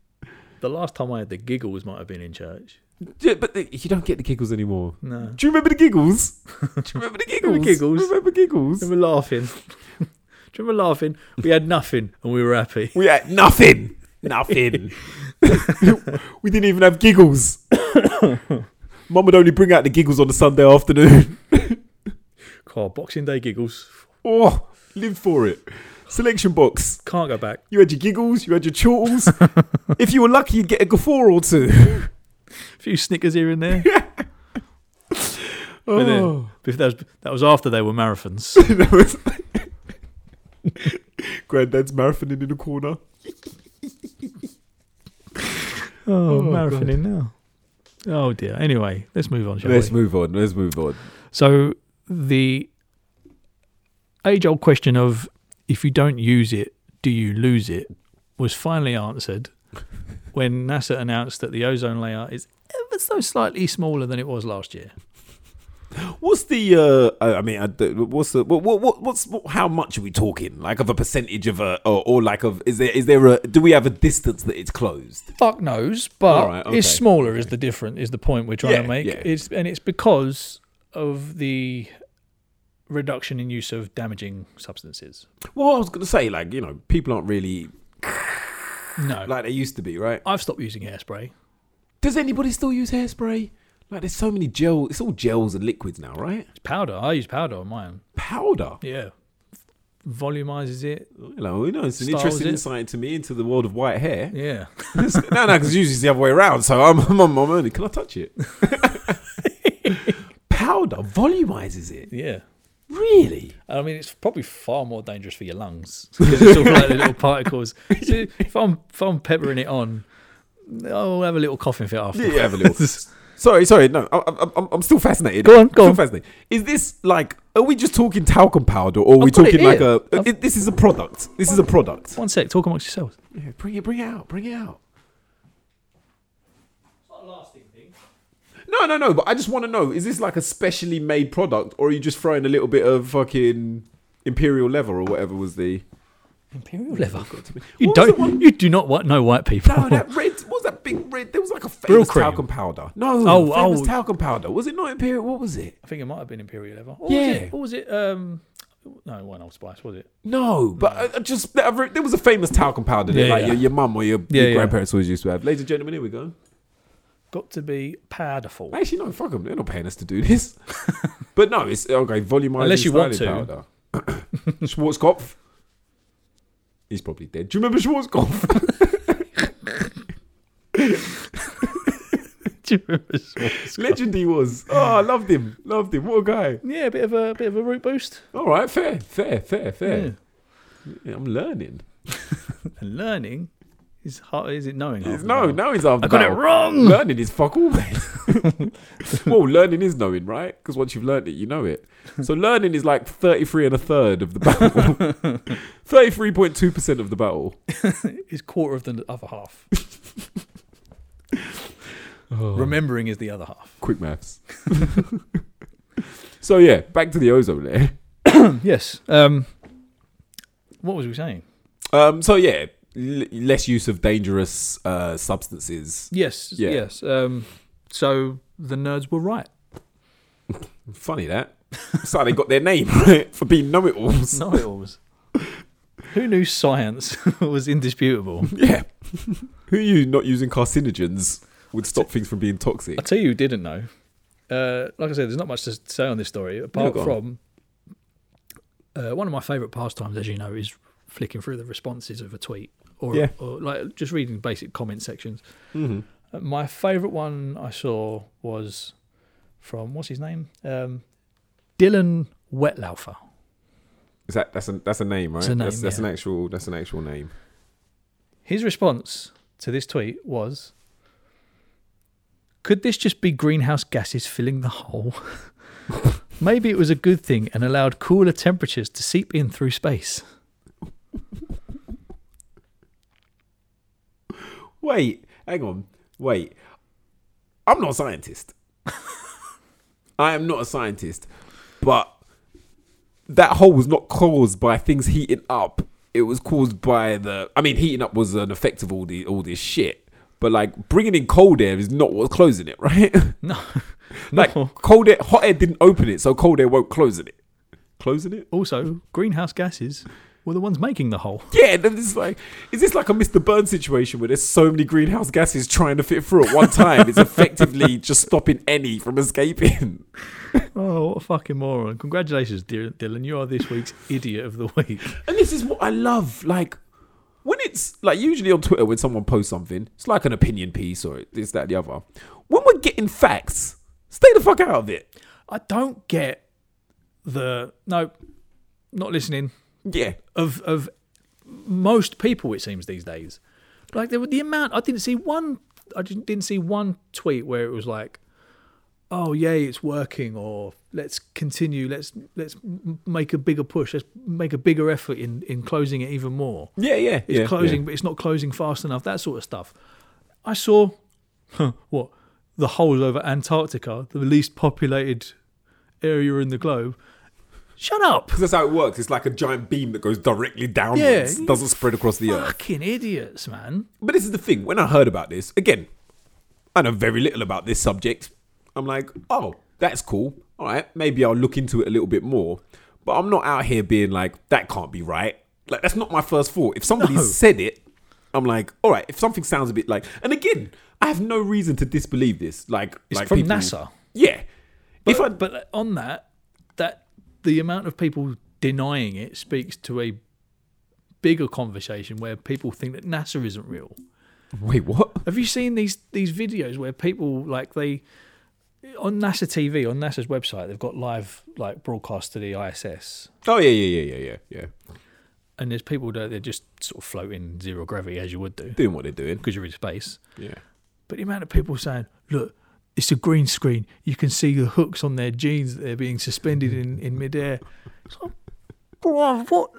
B: the last time I had the giggles might have been in church.
A: Yeah, but the, you don't get the giggles anymore.
B: No.
A: Do you remember the giggles? Do you remember the giggles?
B: giggles.
A: Remember giggles?
B: Remember laughing? Do you remember laughing? We had nothing and we were happy.
A: We had nothing. Nothing. we didn't even have giggles. Mum would only bring out the giggles on the Sunday afternoon.
B: God, Boxing Day giggles.
A: Oh, live for it. Selection box.
B: Can't go back.
A: You had your giggles, you had your chortles. if you were lucky, you'd get a guffaw or two.
B: A few Snickers here and there.
A: Oh.
B: then- But that was, that was after they were marathons.
A: That was- Granddad's marathoning in the corner.
B: Oh,
A: God.
B: marathoning now. Oh dear. Anyway, let's move on, shall
A: Let's
B: we?
A: move on. Let's move on.
B: So the age-old question of if you don't use it, do you lose it, was finally answered when NASA announced that the ozone layer is ever so slightly smaller than it was last year.
A: What's the? Uh, I I mean, I, don't- what's the? What, what, what, what's what, how much are we talking? Like of a percentage of a, or, or like of is there is there a? Do we have a distance that it's closed?
B: Fuck knows, but
A: All right, okay.
B: it's smaller is the difference is the point we're trying
A: Yeah,
B: to make.
A: yeah.
B: It's and it's because of the reduction in use of damaging substances.
A: Well, I was gonna say like you know people aren't really
B: No.
A: like they used to be, right?
B: I've stopped using hairspray.
A: Does anybody still use hairspray? Like there's so many gel. It's all gels and liquids now, right?
B: It's powder. I use powder on mine.
A: Powder.
B: Yeah. Volumizes it.
A: You know, you know it's an
B: Styles
A: interesting
B: it.
A: insight into me into the world of white hair.
B: Yeah.
A: no, no, because usually it's the other way around. So I'm, I'm, I'm only. Can I touch it? Powder volumizes it.
B: Yeah.
A: Really?
B: I mean, it's probably far more dangerous for your lungs because it's all like the little particles. So if I'm if I'm peppering it on, I'll have a little coughing fit after.
A: Yeah, you have a little. sorry, sorry. No, I, I, I'm, I'm still fascinated.
B: Go on, go
A: still
B: on.
A: Fascinated. Is this like? Are we just talking talcum powder, or are we
B: I've got it
A: talking like
B: here.
A: a? i- this is a product. This is a product.
B: One sec. Talk amongst yourselves.
A: Yeah, bring it, bring it out, bring it out. No, no, no. But I just want to know: is this like a specially made product, or are you just throwing a little bit of fucking imperial leather or whatever was the?
B: Imperial leather.
A: What
B: You
A: was the one-
B: don't. You do not wa- know white people.
A: No, that red. What was that big red? There was like a
B: Brill
A: famous
B: cream.
A: talcum powder. No,
B: Oh,
A: famous
B: oh.
A: talcum powder. Was it not imperial? What was it?
B: I think it might have been Imperial leather. Or
A: Yeah.
B: Was it, or was it? Um. No, it wasn't Old Spice, was it?
A: No, but I, I just I re- there was a famous talcum powder that
B: Yeah,
A: like
B: yeah.
A: your, your mum or your,
B: Yeah,
A: your
B: yeah.
A: grandparents always used to have. Ladies and gentlemen, here we go.
B: Got to be powderful.
A: Actually, no, fuck them. They're not paying us to do this. but no, it's okay. Volumizing
B: Unless you want
A: styling powder. Schwarzkopf. He's probably dead. Do you remember Schwarzkopf?
B: Do you remember Schwarzkopf?
A: Legend he was. Oh, I loved him. Loved him. What a guy.
B: Yeah, a bit of a bit of a root boost.
A: All right, fair, fair, fair,
B: Yeah.
A: fair. Yeah, I'm learning.
B: And learning is hard. Is it knowing? half
A: It's-
B: the
A: no,
B: battle?
A: knowing's after
B: I got it
A: battle.
B: wrong.
A: Learning is fuck all, mate. well, learning is knowing, right? Because once you've learned it, you know it. So learning is like 33 and a third of the battle. 33.2% of the battle.
B: is quarter of the other half. Remembering is the other half.
A: Quick maths. so yeah, back to the ozone layer.
B: yes. Um, what was we saying?
A: Um, so yeah, l- less use of dangerous uh, substances.
B: Yes.
A: Yeah.
B: Yes. Um, so the nerds were right.
A: Funny that. so they got their name right, for being know-it-alls.
B: No, it was. Who knew science was indisputable?
A: Yeah. Who you not using carcinogens would stop things from being toxic?
B: I tell you, who didn't know. Uh, like I said, there's not much to say on this story apart
A: go
B: from uh, one of my favourite pastimes, as you know, is flicking through the responses of a tweet or,
A: Yeah.
B: or like just reading basic comment sections. Uh, My favourite one I saw was from what's his name, um, Dylan Wetlaufer.
A: Is that that's a that's a name, right?
B: a name,
A: that's that's
B: yeah.
A: an actual that's an actual name.
B: His response to this tweet was. Could this just be greenhouse gases filling the hole? Maybe it was a good thing and allowed cooler temperatures to seep in through space.
A: Wait, hang on. Wait. I'm not a scientist. I am not a scientist. But that hole was not caused by things heating up. It was caused by the I mean heating up was an effect of all the all this shit. But like bringing in cold air is not what's closing it, right?
B: No.
A: like
B: No.
A: cold air hot air didn't open it, so cold air won't close it. Closing it?
B: Also, greenhouse gases were the ones making the hole.
A: Yeah, then it's like, is this like a Mr. Burns situation where there's so many greenhouse gases trying to fit through at one time? it's effectively just stopping any from escaping.
B: Oh, what a fucking moron. Congratulations, dear Dylan. You are this week's idiot of the week.
A: And this is what I love. Like, when it's like usually on Twitter, when someone posts something, it's like an opinion piece or this, that, the other. When we're getting facts, stay the fuck out of it.
B: I don't get the no, not listening
A: Yeah.
B: of of most people. It seems these days, like there were the amount I didn't see one. I didn't didn't see one tweet where it was like, "Oh yay, it's working," or "Let's continue. Let's let's m- make a bigger push. Let's make a bigger effort in in closing it even more."
A: Yeah, yeah.
B: it's
A: yeah,
B: closing,
A: yeah.
B: but it's not closing fast enough. That sort of stuff. I saw huh, what the holes over Antarctica, the least populated area in the globe. Shut up!
A: 'Cause that's how it works. It's like a giant beam that goes directly downwards,
B: Yeah.
A: doesn't spread across the earth.
B: Fucking idiots, man.
A: But this is the thing. When I heard about this, again, I know very little about this subject. I'm like, oh, that's cool. All right, maybe I'll look into it a little bit more. But I'm not out here being like, that can't be right. Like, that's not my first thought. If somebody
B: No.
A: said it, I'm like, all right, if something sounds a bit like, and again, I have no reason to disbelieve this. Like,
B: It's
A: like
B: from
A: people-
B: NASA.
A: Yeah. if I,
B: But on that, that the amount of people denying it speaks to a bigger conversation where people think that NASA isn't real.
A: wait, what?
B: Have you seen these these videos where people like they on NASA TV on NASA's website they've got live like broadcast to the ISS
A: Oh, yeah, yeah, yeah, yeah, yeah, yeah.
B: and there's people that they're just sort of floating zero gravity as you would do
A: Doing what they're doing.
B: because you're in space.
A: Yeah.
B: But the amount of people saying, "Look, it's a green screen. You can see the hooks on their jeans that they're being suspended in in midair." It's like, "Bruh, what?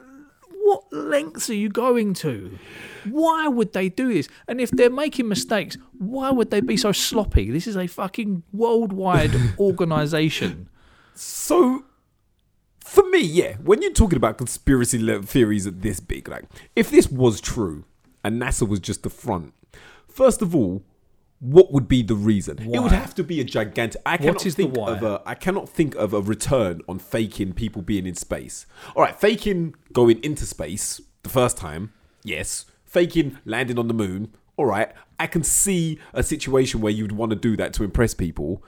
B: What lengths are you going to? Why would they do this? And if they're making mistakes, why would they be so sloppy? This is a fucking worldwide organization.
A: So, for me, yeah, when you're talking about conspiracy le- theories that this big, like if this was true and NASA was just the front, first of all, what would be the reason? It
B: Why?
A: would have to be a gigantic. I cannot
B: is the
A: think
B: why?
A: of a. I cannot think of a return on faking people being in space. All right, faking going into space the first time, yes. Faking landing on the moon, all right. I can see a situation where you'd want to do that to impress people.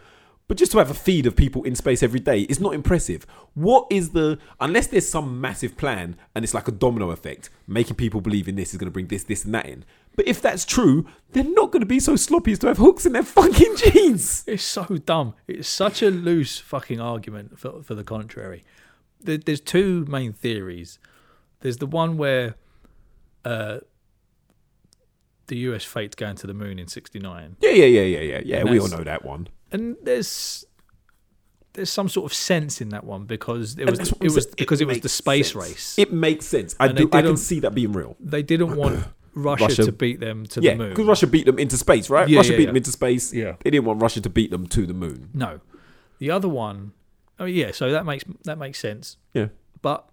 A: But just to have a feed of people in space every day is not impressive. What is the unless there's some massive plan and it's like a domino effect, making people believe in this is going to bring this, this, and that in. But if that's true, they're not going to be so sloppy as to have hooks in their fucking jeans.
B: It's so dumb. It's such a loose fucking argument for, for the contrary. There, there's two main theories. There's the one where uh, the US faked going to the moon in '69,
A: Yeah, yeah, yeah, yeah, yeah, yeah.
B: And
A: We all
B: that's-
A: know that one.
B: and there's there's some sort of sense in that one because it was
A: that's
B: it
A: what I'm
B: was
A: saying. It
B: because it was the
A: makes
B: space
A: sense.
B: race.
A: It makes sense. I
B: And
A: do.
B: they
A: I
B: didn't-
A: can see that being real.
B: they didn't want Russia,
A: Russia-
B: to beat them to
A: Yeah,
B: the moon.
A: because Russia beat them into space, right?
B: Yeah,
A: Russia
B: yeah,
A: beat
B: yeah.
A: them into space.
B: Yeah.
A: they didn't want Russia to beat them to the moon.
B: no, the other one, oh yeah, so that makes that makes sense,
A: Yeah,
B: but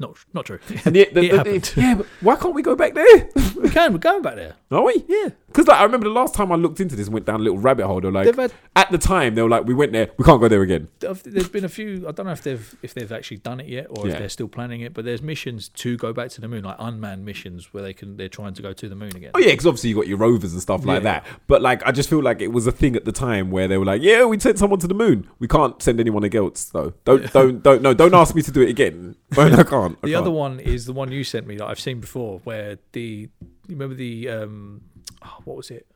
B: not not true.
A: and the, the,
B: It
A: the-
B: happened.
A: yeah, but why can't we go back there?
B: We can. We're going back there.
A: Are we? Yeah. Because like I remember the last time I looked into this and went down a little rabbit hole. They're like,
B: They've had.
A: at the time they were like, we went there, we can't go there again.
B: I've- There's been a few. I don't know if they've if they've actually done it yet or
A: Yeah.
B: if they're still planning it. But there's missions to go back to the moon, like unmanned missions where they can they're trying to go to the moon again.
A: Oh yeah, because obviously you got your rovers and stuff like
B: Yeah.
A: that. But like, I just feel like it was a thing at the time where they were like, yeah, we sent someone to the moon. We can't send anyone else though. Don't don't don't no. Don't ask me to do it again. But I can't. I
B: The
A: can't.
B: other one is the one you sent me that I've seen before, where the you remember the um, oh, what was it?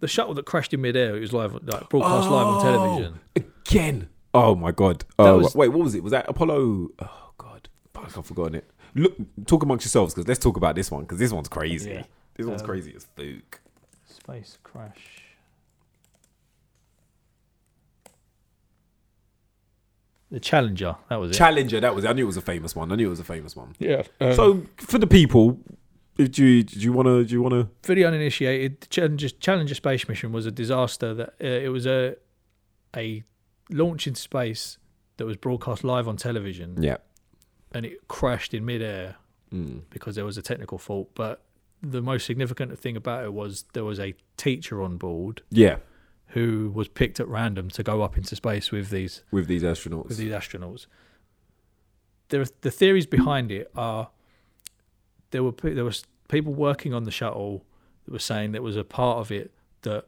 B: The shuttle that crashed in midair. It was live, like broadcast live on
A: Oh,
B: television.
A: again. Oh my god. Oh
B: was-
A: wait, what was it? Was that Apollo? Oh god, fuck, I've forgotten it. Look, talk amongst yourselves because let's talk about this one because this one's crazy.
B: Yeah.
A: This one's
B: Um,
A: crazy as fuck.
B: Space crash. The Challenger. That was it.
A: Challenger. That was. I knew it was a famous one. I knew it was a famous one.
B: yeah.
A: so for the people, do you do you want to do you want to?
B: for the uninitiated, the Challenger, Challenger space mission was a disaster. That uh, it was a a launch into space that was broadcast live on television,
A: Yeah.
B: and it crashed in midair
A: Mm.
B: because there was a technical fault. But the most significant thing about it was there was a teacher on board
A: Yeah.
B: who was picked at random to go up into space with these
A: With these astronauts.
B: with these astronauts. There, are- the theories behind it are there were pe- there was people working on the shuttle that were saying there was a part of it that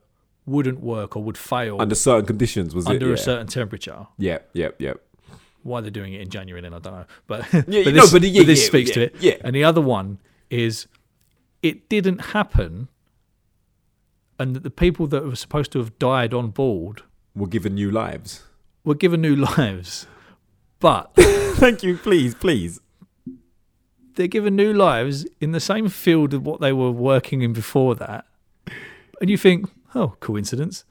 B: wouldn't work or would fail under,
A: under certain conditions, was it?
B: a
A: yeah.
B: certain temperature.
A: yeah. Yeah. Yeah.
B: Why they're doing it in January, then I don't know. But
A: Yeah,
B: but
A: no,
B: this,
A: but yeah,
B: this
A: yeah,
B: speaks
A: yeah,
B: to it.
A: yeah.
B: And the other one is it didn't happen, and that the people that were supposed to have died on board
A: We're given new lives.
B: were given new lives, but
A: Thank you. Please. Please.
B: they're given new lives in the same field of what they were working in before that. And you think, oh, coincidence.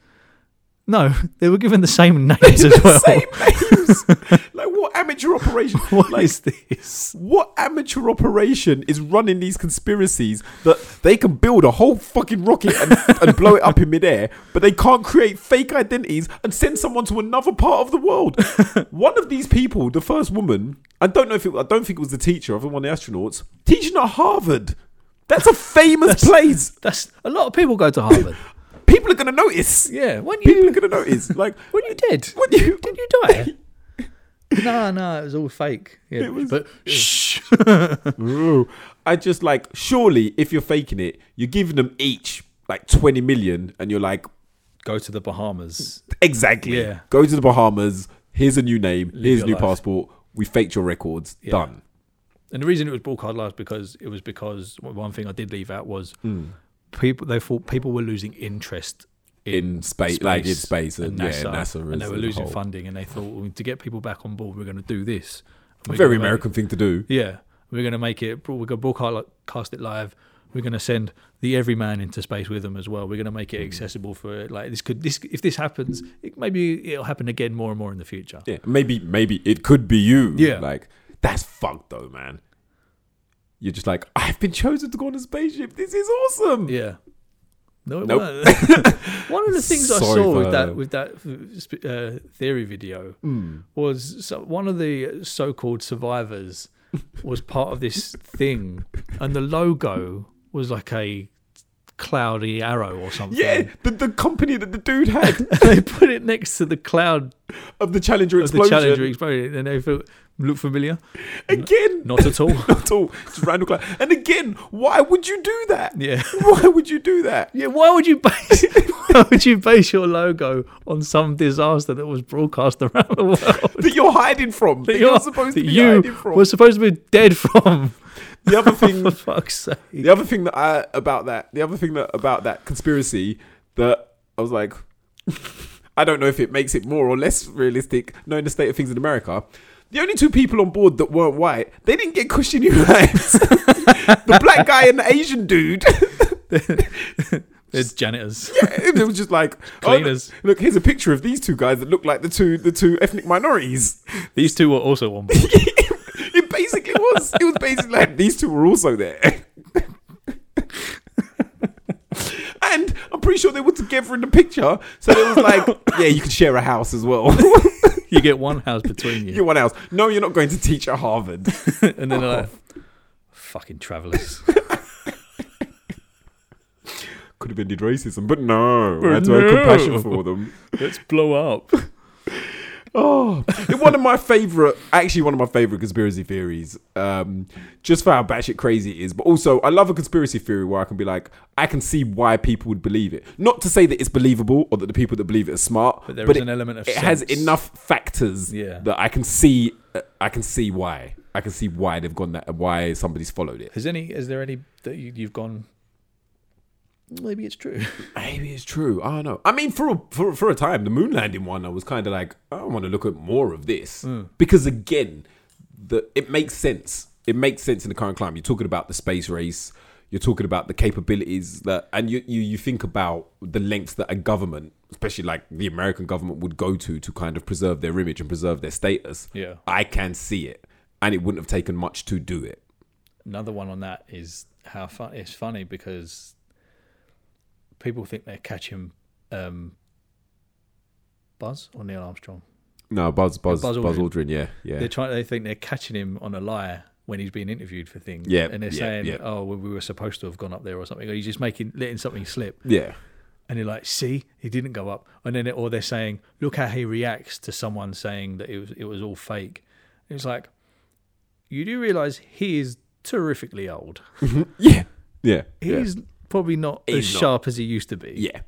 B: No, they were given the same names as well.
A: Same names. like what amateur operation?
B: What
A: like,
B: is this?
A: What amateur operation is running these conspiracies that they can build a whole fucking rocket and, and blow it up in midair, but they can't create fake identities and send someone to another part of the world? one of these people, the first woman, I don't know if it, I don't think it was the teacher, I think one of the astronauts, teaching at Harvard. That's a famous place.
B: That's a lot of people go to Harvard.
A: People are gonna notice.
B: yeah, when
A: People are
B: you
A: gonna notice. Like
B: when you did,
A: when you
B: did you die? no, no, it was all fake. Yeah,
A: It was-
B: but shh.
A: Ooh. I just like surely if you're faking it, you're giving them each like 20 million and you're like
B: Go to the Bahamas.
A: exactly.
B: Yeah.
A: Go to the Bahamas, here's a new name, here's a
B: your
A: new
B: life.
A: passport. We faked your records.
B: Yeah.
A: Done.
B: And the reason it was broadcast live because it was because one thing I did leave out was people. They thought people were losing interest
A: In space, like in space and, yeah, NASA
B: and they
A: is
B: were
A: the
B: losing
A: whole-
B: funding, and they thought well, to get people back on board, we're going to do this. And we're
A: Very
B: gonna make
A: American thing to do.
B: it- yeah, we're going to make it. We're going to broadcast it live. We're going to send the everyman into space with them as well. We're going to make
A: Mm.
B: it accessible for like this could this if this happens, it, maybe it'll happen again more and more in the future.
A: Yeah. Maybe maybe it could be you.
B: Yeah.
A: Like that's fucked though, man. You're just like, I've been chosen to go on a spaceship. This is awesome.
B: Yeah. No, it
A: Nope.
B: won't. One of the things I
A: Sorry
B: saw
A: for
B: with
A: her.
B: that with that uh, theory video was so, one of the so-called survivors was part of this thing, and the logo was like a cloudy arrow or something.
A: Yeah, the, the company that the dude had
B: they put it next to the cloud
A: of the Challenger
B: of
A: explosion.
B: the Challenger exploding, and they felt, look familiar.
A: Again,
B: Not at all.
A: at all. Just random cloud. And again, why would you do that?
B: yeah.
A: Why would you do that?
B: Yeah, why would you base why would you base your logo on some disaster that was broadcast around the world?
A: That you're hiding from. That, you're, supposed to
B: that
A: be
B: you
A: hiding from.
B: were supposed to be dead from.
A: the other thing.
B: For fuck's sake!
A: The other thing that I about that. The other thing that about that conspiracy that I was like, I don't know if it makes it more or less realistic, knowing the state of things in America. The only two people on board that weren't white, they didn't get cushiony lives. the black guy and the Asian dude.
B: They're janitors,
A: it was just like oh,
B: cleaners.
A: Look, here's a picture of these two guys that look like the two the two ethnic minorities.
B: These two were also on board.
A: It basically was. It was basically like these two were also there. and I'm pretty sure they were together in the picture. So it was like, yeah, you can share a house as well.
B: you get one house between you,
A: You're one house. No, you're not going to teach at Harvard.
B: and then they're like, fucking travellers.
A: could have ended racism, but no, I had to
B: no.
A: have compassion for them.
B: Let's blow up.
A: Oh, one of my favorite, actually, one of my favorite conspiracy theories, um, just for how batshit crazy it is. But also, I love a conspiracy theory where I can be like, I can see why people would believe it. Not to say that it's believable or that the people that believe it are smart,
B: But there is
A: it,
B: an element of
A: it has
B: sense.
A: enough factors
B: Yeah.
A: that I can see, uh, I can see why, I can see why they've gone that, why somebody's followed it.
B: Has any? Is there any that you, you've gone? Maybe it's true.
A: Maybe it's true. I don't know. I mean, for a, for for a time, the moon landing one, I was kind of like, I want to look at more of this because again, the it makes sense. It makes sense in the current climate. You're talking about the space race. You're talking about the capabilities that, and you you you think about the lengths that a government, especially like the American government, would go to to kind of preserve their image and preserve their status.
B: Yeah.
A: I can see it, and it wouldn't have taken much to do it.
B: Another one on that is how fun. It's funny because people think they're catching um, Buzz or Neil Armstrong.
A: No, Buzz Buzz Buzz
B: Buzz
A: Aldrin, yeah, yeah.
B: They're trying. They think they're catching him on a lie when he's being interviewed for things.
A: Yeah,
B: and they're
A: yeah,
B: saying,
A: yeah.
B: "Oh, well, we were supposed to have gone up there or something." Or he's just making letting something slip,
A: yeah.
B: and you're like, "See, he didn't go up." And then, it, or they're saying, "Look how he reacts to someone saying that it was it was all fake." It's like, you do realize he is terrifically old.
A: Yeah. Yeah. yeah.
B: He's probably not
A: He's
B: as
A: not.
B: sharp as he used to be.
A: Yeah.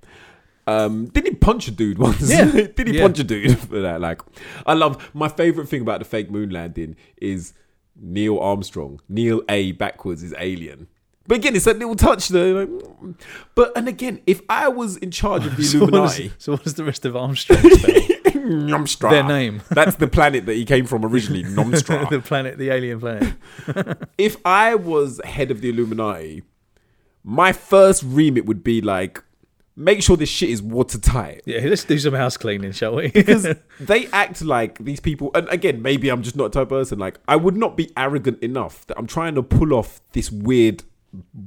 A: Um, did he punch a dude once?
B: Yeah.
A: did he
B: Yeah.
A: punch a dude for that? Like, I love my favorite thing about the fake moon landing is Neil Armstrong. Neil A backwards is alien. But again, it's that little touch though. like, mm. but and again, if I was in charge of the
B: So what, is,
A: Illuminati,
B: so what is the rest of Armstrong's spell?
A: Nomstra.
B: Their name.
A: That's the planet that he came from originally, Nomstra.
B: the planet, the alien planet.
A: if I was head of the Illuminati, my first remit would be like, make sure this shit is watertight.
B: Yeah, let's do some house cleaning, shall we?
A: because they act like these people and again maybe i'm just not the type of person like i would not be arrogant enough that i'm trying to pull off this weird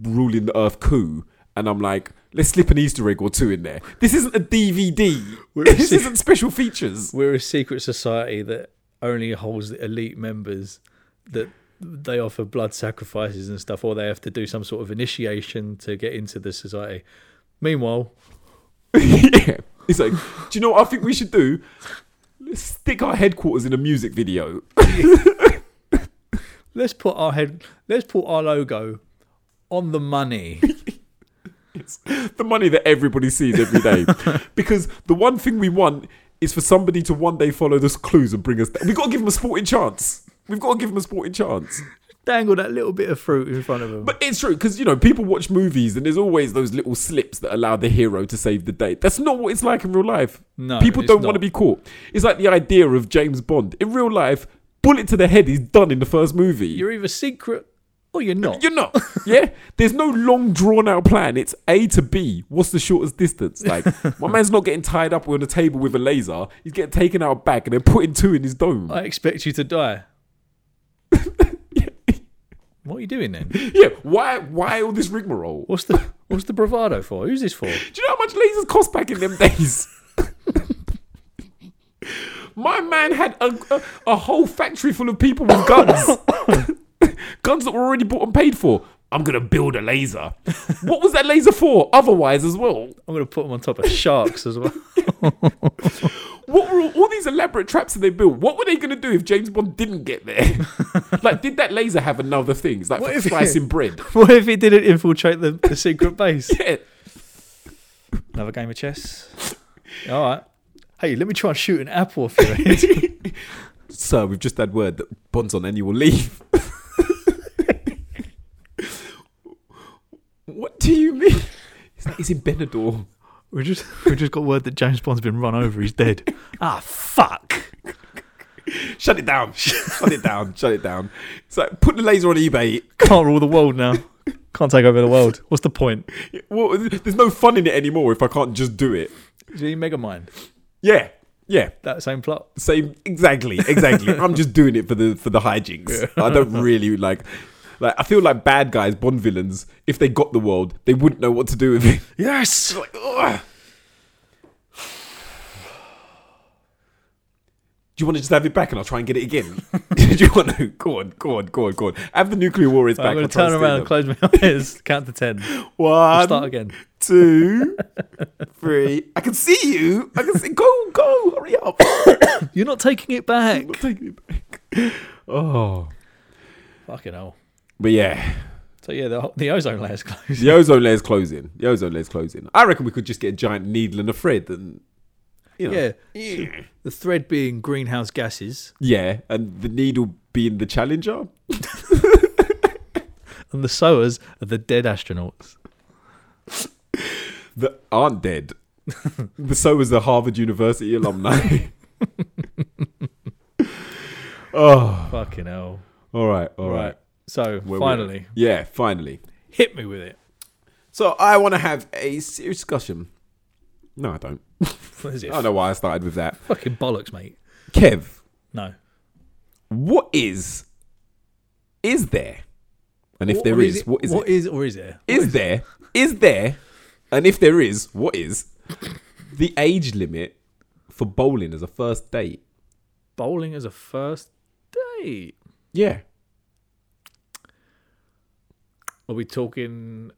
A: ruling the earth coup and i'm like let's slip an easter egg or two in there this isn't a dvd this
B: see-
A: isn't special features
B: We're a secret society that only holds the elite members that they offer blood sacrifices and stuff, or they have to do some sort of initiation to get into the society. Meanwhile,
A: yeah it's like do you know what i think we should do let's stick our headquarters in a music video
B: let's put our head, let's put our logo on the money.
A: It's the money that everybody sees every day. because the one thing we want is for somebody to one day follow those clues and bring us. We've got to give them a sporting chance. We've got to give them a sporting chance.
B: Dangle that little bit of fruit in front of them.
A: But it's true because you know people watch movies and there's always those little slips that allow the hero to save the day. That's not what it's like in real life.
B: No,
A: people
B: it's
A: don't want to
B: not.
A: be caught. It's like the idea of James Bond in real life. Bullet to the head is done in the first movie.
B: you're either secret or you're not.
A: You're not. Yeah. There's no long drawn out plan. It's A to B. What's the shortest distance? Like my man's not getting tied up on a table with a laser. He's getting taken out back and then putting two in his dome.
B: I expect you to die. what are you doing then?
A: yeah. Why? Why all this rigmarole?
B: What's the what's the bravado for? Who's this for?
A: Do you know how much lasers cost back in them days? my man had a, a, a whole factory full of people with guns, guns that were already bought and paid for. I'm gonna build a laser. What was that laser for? Otherwise, as well.
B: I'm gonna put them on top of sharks as well.
A: What were all, all these elaborate traps that they built? What were they going to do if James Bond didn't get there? like, did that laser have another thing? It's like
B: What
A: for
B: if-
A: slicing bread.
B: what if he didn't infiltrate the, the secret base?
A: Yeah.
B: Another game of chess. All right. Hey, let me try and shoot an apple off your head.
A: Sir, we've just had word that Bond's on annual leave. what do you mean? He's, like, he's in Benidorm.
B: we just we just got word that James Bond's been run over. He's dead. ah, fuck.
A: Shut it down. Shut it down. Shut it down. It's like, put the laser on eBay.
B: Can't rule the world now. Can't take over the world. What's the point?
A: Well, there's no fun in it anymore if I can't just do it.
B: See, Megamind.
A: Yeah. Yeah.
B: That same plot.
A: Same, exactly, exactly. I'm just doing it for the for the hijinks. I don't really like. Like I feel like bad guys, Bond villains. If they got the world, they wouldn't know what to do with it.
B: Yes.
A: Like, ugh. Do you want to just have it back, and I'll try and get it again? do you want to? Go on, go on, go on, go on. Have the nuclear war is back.
B: I'm going
A: I'll
B: to
A: try and
B: turn
A: steal
B: around,
A: them.
B: close my eyes, count to ten,
A: One,
B: start again.
A: two, three. I can see you. I can see. Go, go, hurry up.
B: You're not taking it back.
A: I'm taking it back. Oh,
B: Fucking hell.
A: but yeah,
B: So yeah, the, the ozone layer's closed.
A: the ozone layer's closing. The ozone layer's closing. I reckon we could just get a giant needle and a thread, and you know,
B: Yeah. The thread being greenhouse gases
A: yeah, and the needle being the challenger.
B: and the sewers are the dead astronauts.
A: that aren't dead. The- so is the Harvard University alumni. oh,
B: Fucking hell.
A: all right, all right.
B: Right. So
A: Where we
B: finally,
A: at? yeah, finally.
B: hit me with it.
A: So I want to have a serious discussion. No, I don't.
B: What is
A: I
B: it?
A: don't know why I started with that.
B: Fucking bollocks, mate.
A: Kev,
B: No.
A: what is is there? And if
B: What-
A: there
B: what
A: is, what is
B: What
A: it?
B: is or is there?
A: Is there? Is there? And if there is, what is the age limit for bowling as a first date?
B: Bowling as a first date.
A: Yeah.
B: Are we talking?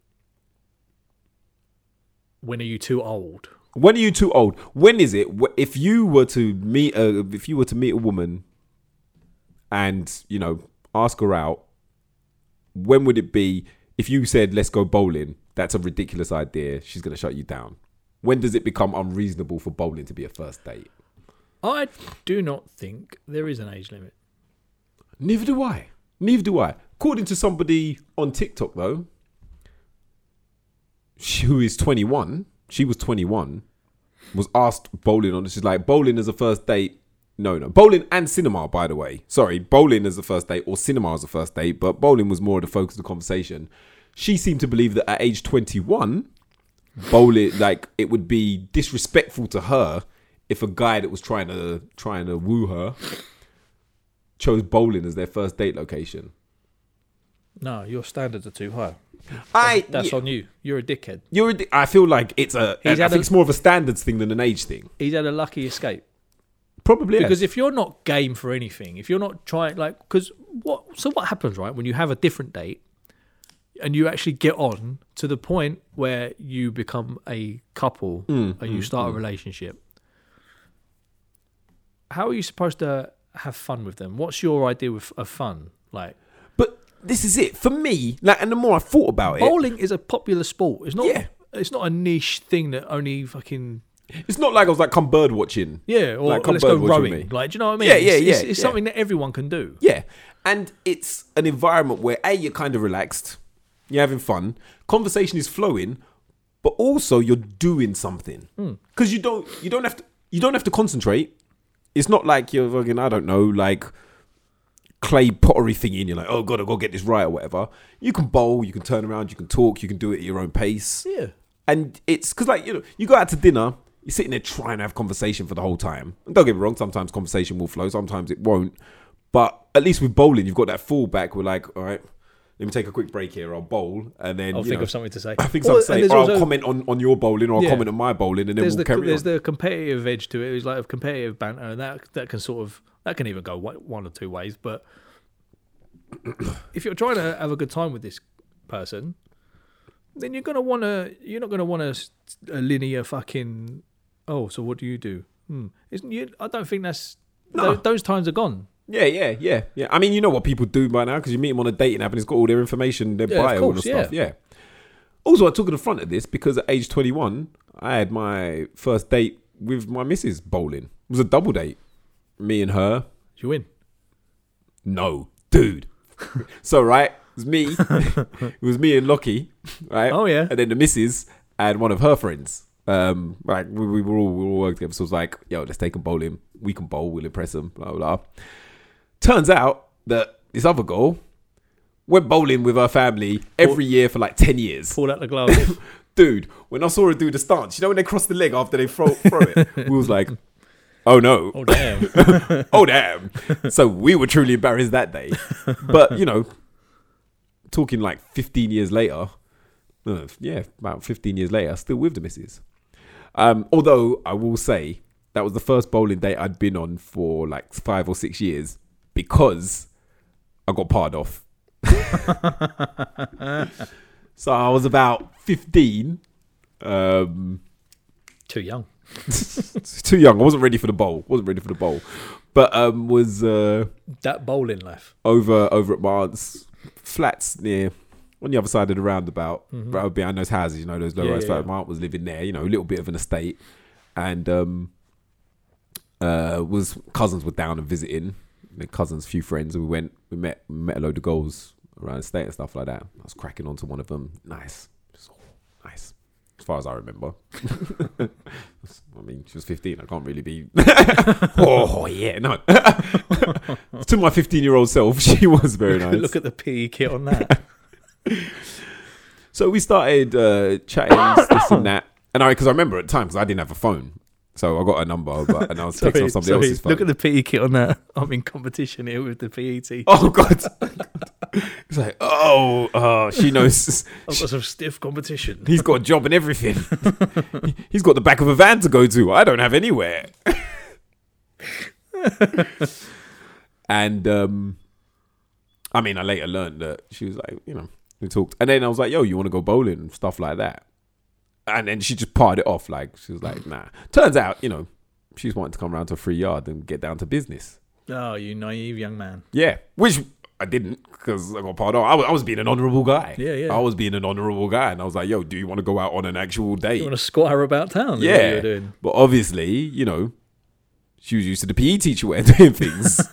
B: When are you too old?
A: When are you too old? When is it? wh- If you were to meet a, if you were to meet a woman, and you know, ask her out, when would it be? If you said, "Let's go bowling," that's a ridiculous idea. She's gonna shut you down. When does it become unreasonable for bowling to be a first date?
B: I do not think there is an age limit.
A: Neither do I. Neither do I. According to somebody on TikTok, though, she, who is 21, she was 21, was asked bowling on. She's like, bowling as a first date. No, no. Bowling and cinema, by the way. Sorry, bowling as a first date or cinema as a first date, but bowling was more of the focus of the conversation. She seemed to believe that at age 21, bowling, like, it would be disrespectful to her if a guy that was trying to trying to woo her chose bowling as their first date location.
B: No, your standards are too high.
A: I
B: That's
A: yeah,
B: on you. You're a dickhead.
A: you're. a di- I feel like it's a. I
B: He's had
A: think
B: a-
A: it's more of a standards thing than an age thing.
B: He's had a lucky escape.
A: Probably
B: Because
A: because
B: if you're not game for anything, if you're not trying, like, because what? So what happens, right? When you have a different date, and you actually get on to the point where you become a couple
A: Mm,
B: and you start a relationship. How are you supposed to have fun with them? What's your idea of, of fun? Like
A: but this is it for me. Like, and the more I thought about it,
B: bowling is a popular sport. It's not.
A: Yeah.
B: It's not a niche thing that only fucking
A: it's not like I was like come bird watching.
B: yeah or
A: Like, come
B: let's go
A: bird watching
B: rowing.
A: me.
B: Like, do you know what I mean?
A: Yeah,
B: It's-
A: yeah,
B: It's,
A: yeah,
B: it's
A: yeah.
B: something that everyone can do.
A: Yeah, and it's an environment where a you're kind of relaxed, you're having fun, conversation is flowing, but also you're doing something
B: Hmm.
A: because you don't you don't have to you don't have to concentrate. It's not like you're fucking I don't know like clay pottery thingy and you're like oh god I gotta get this right or whatever. You can bowl, you can turn around, you can talk, you can do it at your own pace
B: Yeah.
A: and it's because like you know you go out to dinner you're sitting there trying to have conversation for the whole time and don't get me wrong sometimes conversation will flow sometimes it won't but at least with bowling you've got that fallback we're like all right let me take a quick break here i'll bowl and then
B: I'll
A: you
B: think
A: know,
B: of something to say.
A: i think
B: Well,
A: something
B: and
A: to say, oh,
B: there's
A: or
B: also-
A: i'll comment on, on your bowling or i'll
B: Yeah.
A: comment on my bowling and then
B: there's
A: we'll
B: the
A: carry
B: there's
A: on
B: the competitive edge to it. It's like a competitive banter, and that that can sort of that can even go one one or two ways. But if you're trying to have a good time with this person, then you're gonna want to. You're not gonna want a, a linear fucking. Oh, so what do you do? Hmm. Isn't you? I don't think that's.
A: No.
B: Those, those times are gone.
A: yeah yeah yeah yeah i mean you know what people do by now because you meet them on a dating app and it's got all their information their
B: Yeah, of
A: bio all the
B: course, yeah.
A: stuff yeah also i took an affront at this because at age 21 i had my first date with my missus bowling it was a double date me and her
B: You win.
A: No, dude. so right, it was me. it was me and Lockie, right?
B: Oh, yeah.
A: And then the missus and one of her friends. Um, like we, we were all we were all working together. So it was like, yo, let's take them bowling. We can bowl. We'll impress them. Blah blah. Turns out that this other girl went bowling with her family every year for like ten years.
B: Pull out the gloves.
A: Dude, when I saw her do the stance, you know when they cross the leg after they throw, throw it, we was like, oh no
B: oh damn!
A: oh damn so we were truly embarrassed that day but you know talking like 15 years later uh, yeah about 15 years later still with the missus um, although i will say that was the first bowling date i'd been on for like five or six years because i got parred off so i was about 15 Um,
B: Too young.
A: too young. I wasn't ready for the bowl. Wasn't ready for the bowl. But um, was uh,
B: That bowling life.
A: over over at my aunt's flats near on the other side of the roundabout, right behind those houses, you know, those low
B: Mm-hmm. Yeah,
A: rise
B: yeah,
A: flats.
B: yeah.
A: My aunt was living there, you know, a little bit of an estate, and um, uh, was cousins were down and visiting. The cousins, few friends, and we went. We met met a load of goals around the state and stuff like that. I was cracking onto one of them. Nice, Just, oh, nice. As far as I remember, I mean, she was fifteen. I can't really be. oh yeah, no. to my fifteen-year-old self, she was very nice.
B: Look at the PE kit on that.
A: So we started uh, chatting this and that, and I because I remember at the time because I didn't have a phone, so I got a number, but and I was texting on somebody else's phone.
B: Look at the PE kit on that. I'm in competition here with the E PE team.
A: oh god! it's like oh, uh, she knows.
B: I've got some stiff competition.
A: He's got a job and everything. He's got the back of a van to go to. I don't have anywhere. and um, I mean, I later learned that she was like, you know, we talked, and then I was like, yo, you want to go bowling and stuff like that. And then she just parted it off, like she was like, nah. Turns out, you know, she's wanting to come round to a free yard and get down to business.
B: Oh, you naive young man.
A: Yeah, which I didn't because I got part off. I was, I was being an honourable guy.
B: Yeah, yeah.
A: I was being an honourable guy, and I was like, "Yo, do you want to go out on an actual date?"
B: You want to squire about town? is what
A: yeah,
B: you're doing.
A: but obviously, you know, she was used to the PE teacher way of doing things,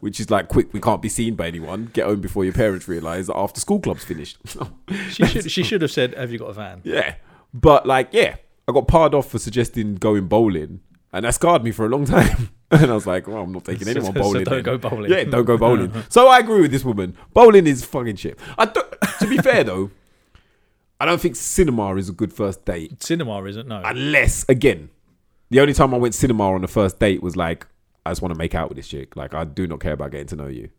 A: which is like, "Quick, we can't be seen by anyone. Get home before your parents realise that after school club's finished."
B: She should, she should have said, Have you got a van?
A: yeah, but like, yeah, I got parred off for suggesting going bowling, and that scarred me for a long time. and I was like, "Well, I'm not taking
B: So-
A: anyone
B: so
A: bowling."
B: don't
A: then.
B: go bowling.
A: Yeah, don't go bowling. so I agree with this woman. Bowling is fucking shit. I don't, to be fair though, I don't think cinema is a good first date
B: Cinema isn't, no.
A: unless again, the only time I went cinema on the first date was like I just want to make out with this chick. Like I do not care about getting to know you.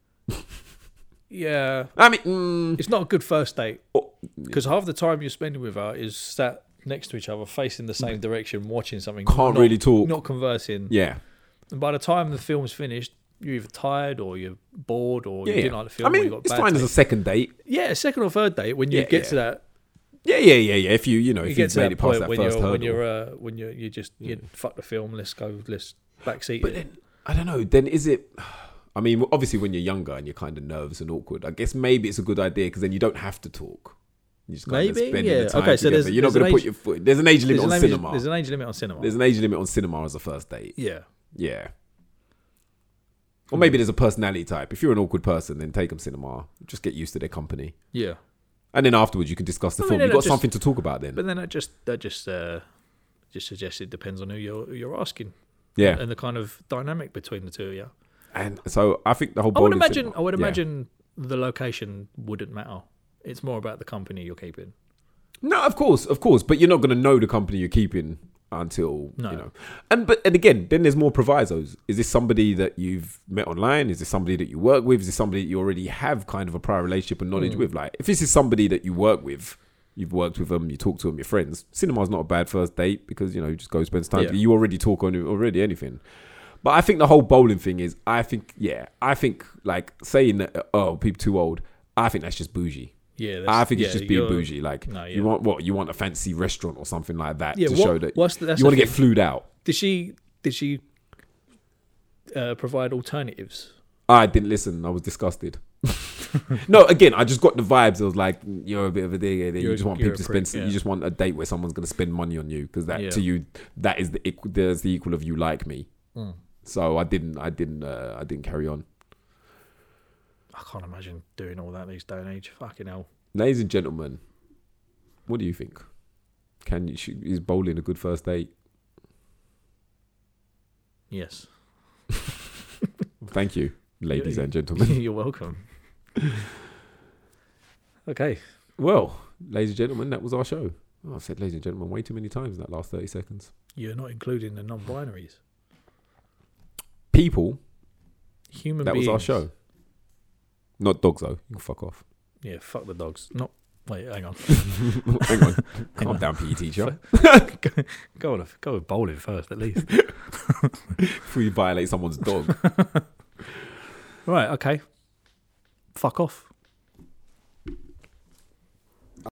B: yeah.
A: I mean, mm,
B: It's not a good first date
A: oh,
B: because half the time you're spending with her is sat next to each other, facing the same direction, watching something.
A: Can't
B: not-
A: really talk.
B: Not conversing.
A: yeah,
B: And by the time the film's finished, you're either tired or you're bored or
A: yeah.
B: you
A: yeah.
B: didn't like the film.
A: I
B: or you
A: mean,
B: got
A: it's
B: bad
A: fine as a
B: taste.
A: second date.
B: yeah, second or third date when you
A: Yeah,
B: get
A: yeah.
B: to that
A: Yeah, yeah, yeah, yeah. If you, you know,
B: you
A: if
B: get
A: you've
B: to
A: made
B: that
A: it past
B: point
A: that
B: when
A: first
B: you're when
A: hurdle.
B: you're uh, when you're you just you fuck the film. Let's go. Let's backseat
A: But
B: it.
A: then I don't know. Then is it? I mean, obviously, when you're younger and you're kind of nervous and awkward, I guess maybe it's a good idea because then you don't have to talk. You just kind
B: Maybe,
A: of spend
B: yeah.
A: the time
B: Okay,
A: okay,
B: so
A: so
B: there's-
A: you're not
B: there's
A: going
B: an
A: to put
B: age-
A: your foot. There's an age limit
B: There's an,
A: on
B: age,
A: cinema.
B: there's an age limit on cinema.
A: there's an age limit on cinema as a first date.
B: yeah,
A: Yeah. Or maybe there's a personality type. If you're an awkward person, then take them cinema. Just get used to their company,
B: yeah.
A: and then afterwards you can discuss the
B: I mean,
A: film.
B: no,
A: You've
B: no,
A: got
B: just-
A: something to talk about then.
B: But then that just that just uh, just suggests it depends on who you're who you're asking
A: yeah.
B: and the kind of dynamic between the two. Yeah,
A: And so I think the whole.
B: I would
A: bowling
B: imagine.
A: cinema-
B: I would
A: yeah.
B: imagine the location wouldn't matter. It's more about the company you're keeping.
A: No, of course, of course, but you're not going to know the company you're keeping until
B: No.
A: you know. And but and again, then there's more provisos. Is this somebody that you've met online? Is this somebody that you work with? Is this somebody that you already have kind of a prior relationship and
B: Mm.
A: knowledge with? Like, if this is somebody that you work with, you've worked with them, you talk to them, your friends. Cinema's not a bad first date because you know you just go spend some time.
B: Yeah.
A: You already talk on it already anything. But I think the whole bowling thing is, I think, yeah, I think like saying that, oh, people too old. I think that's just bougie.
B: Yeah, that's-
A: I think
B: yeah,
A: it's just being
B: you're-
A: bougie. Like
B: No, yeah.
A: you want what you want a fancy restaurant or something like that
B: Yeah,
A: to
B: what-
A: show that
B: what's the- that's
A: you want to
B: the
A: get flued out.
B: Did she? Did she uh, provide alternatives?
A: I didn't listen. I was disgusted. no, again, I just got the vibes. I was like, you're a bit of a digger. You
B: You're-
A: just want
B: you're
A: people to
B: a prick,
A: spend.
B: yeah.
A: You just want a date where someone's going to spend money on you because that
B: Yeah.
A: to you that is the equal. There's the equal of you like me.
B: Hmm.
A: So I didn't. I didn't. Uh, I didn't carry on.
B: I can't imagine doing all that these day and age. Fucking hell.
A: Ladies and gentlemen, what do you think? Can you should- is bowling a good first date?
B: Yes.
A: Thank you, ladies
B: Yeah.
A: and gentlemen.
B: You're welcome. okay.
A: Well, ladies and gentlemen, that was our show. Oh, I've said ladies and gentlemen way too many times in that last 30 seconds.
B: You're not including the non binaries.
A: People,
B: Human
A: that was
B: beings.
A: our show. Not dogs, though. You can fuck off.
B: Yeah, fuck the dogs. Not. Wait, hang on.
A: Hang on. Calm
B: on.
A: down, PE teacher.
B: Go on, go with bowling first, at least.
A: Before you violate someone's dog.
B: right, okay. Fuck off.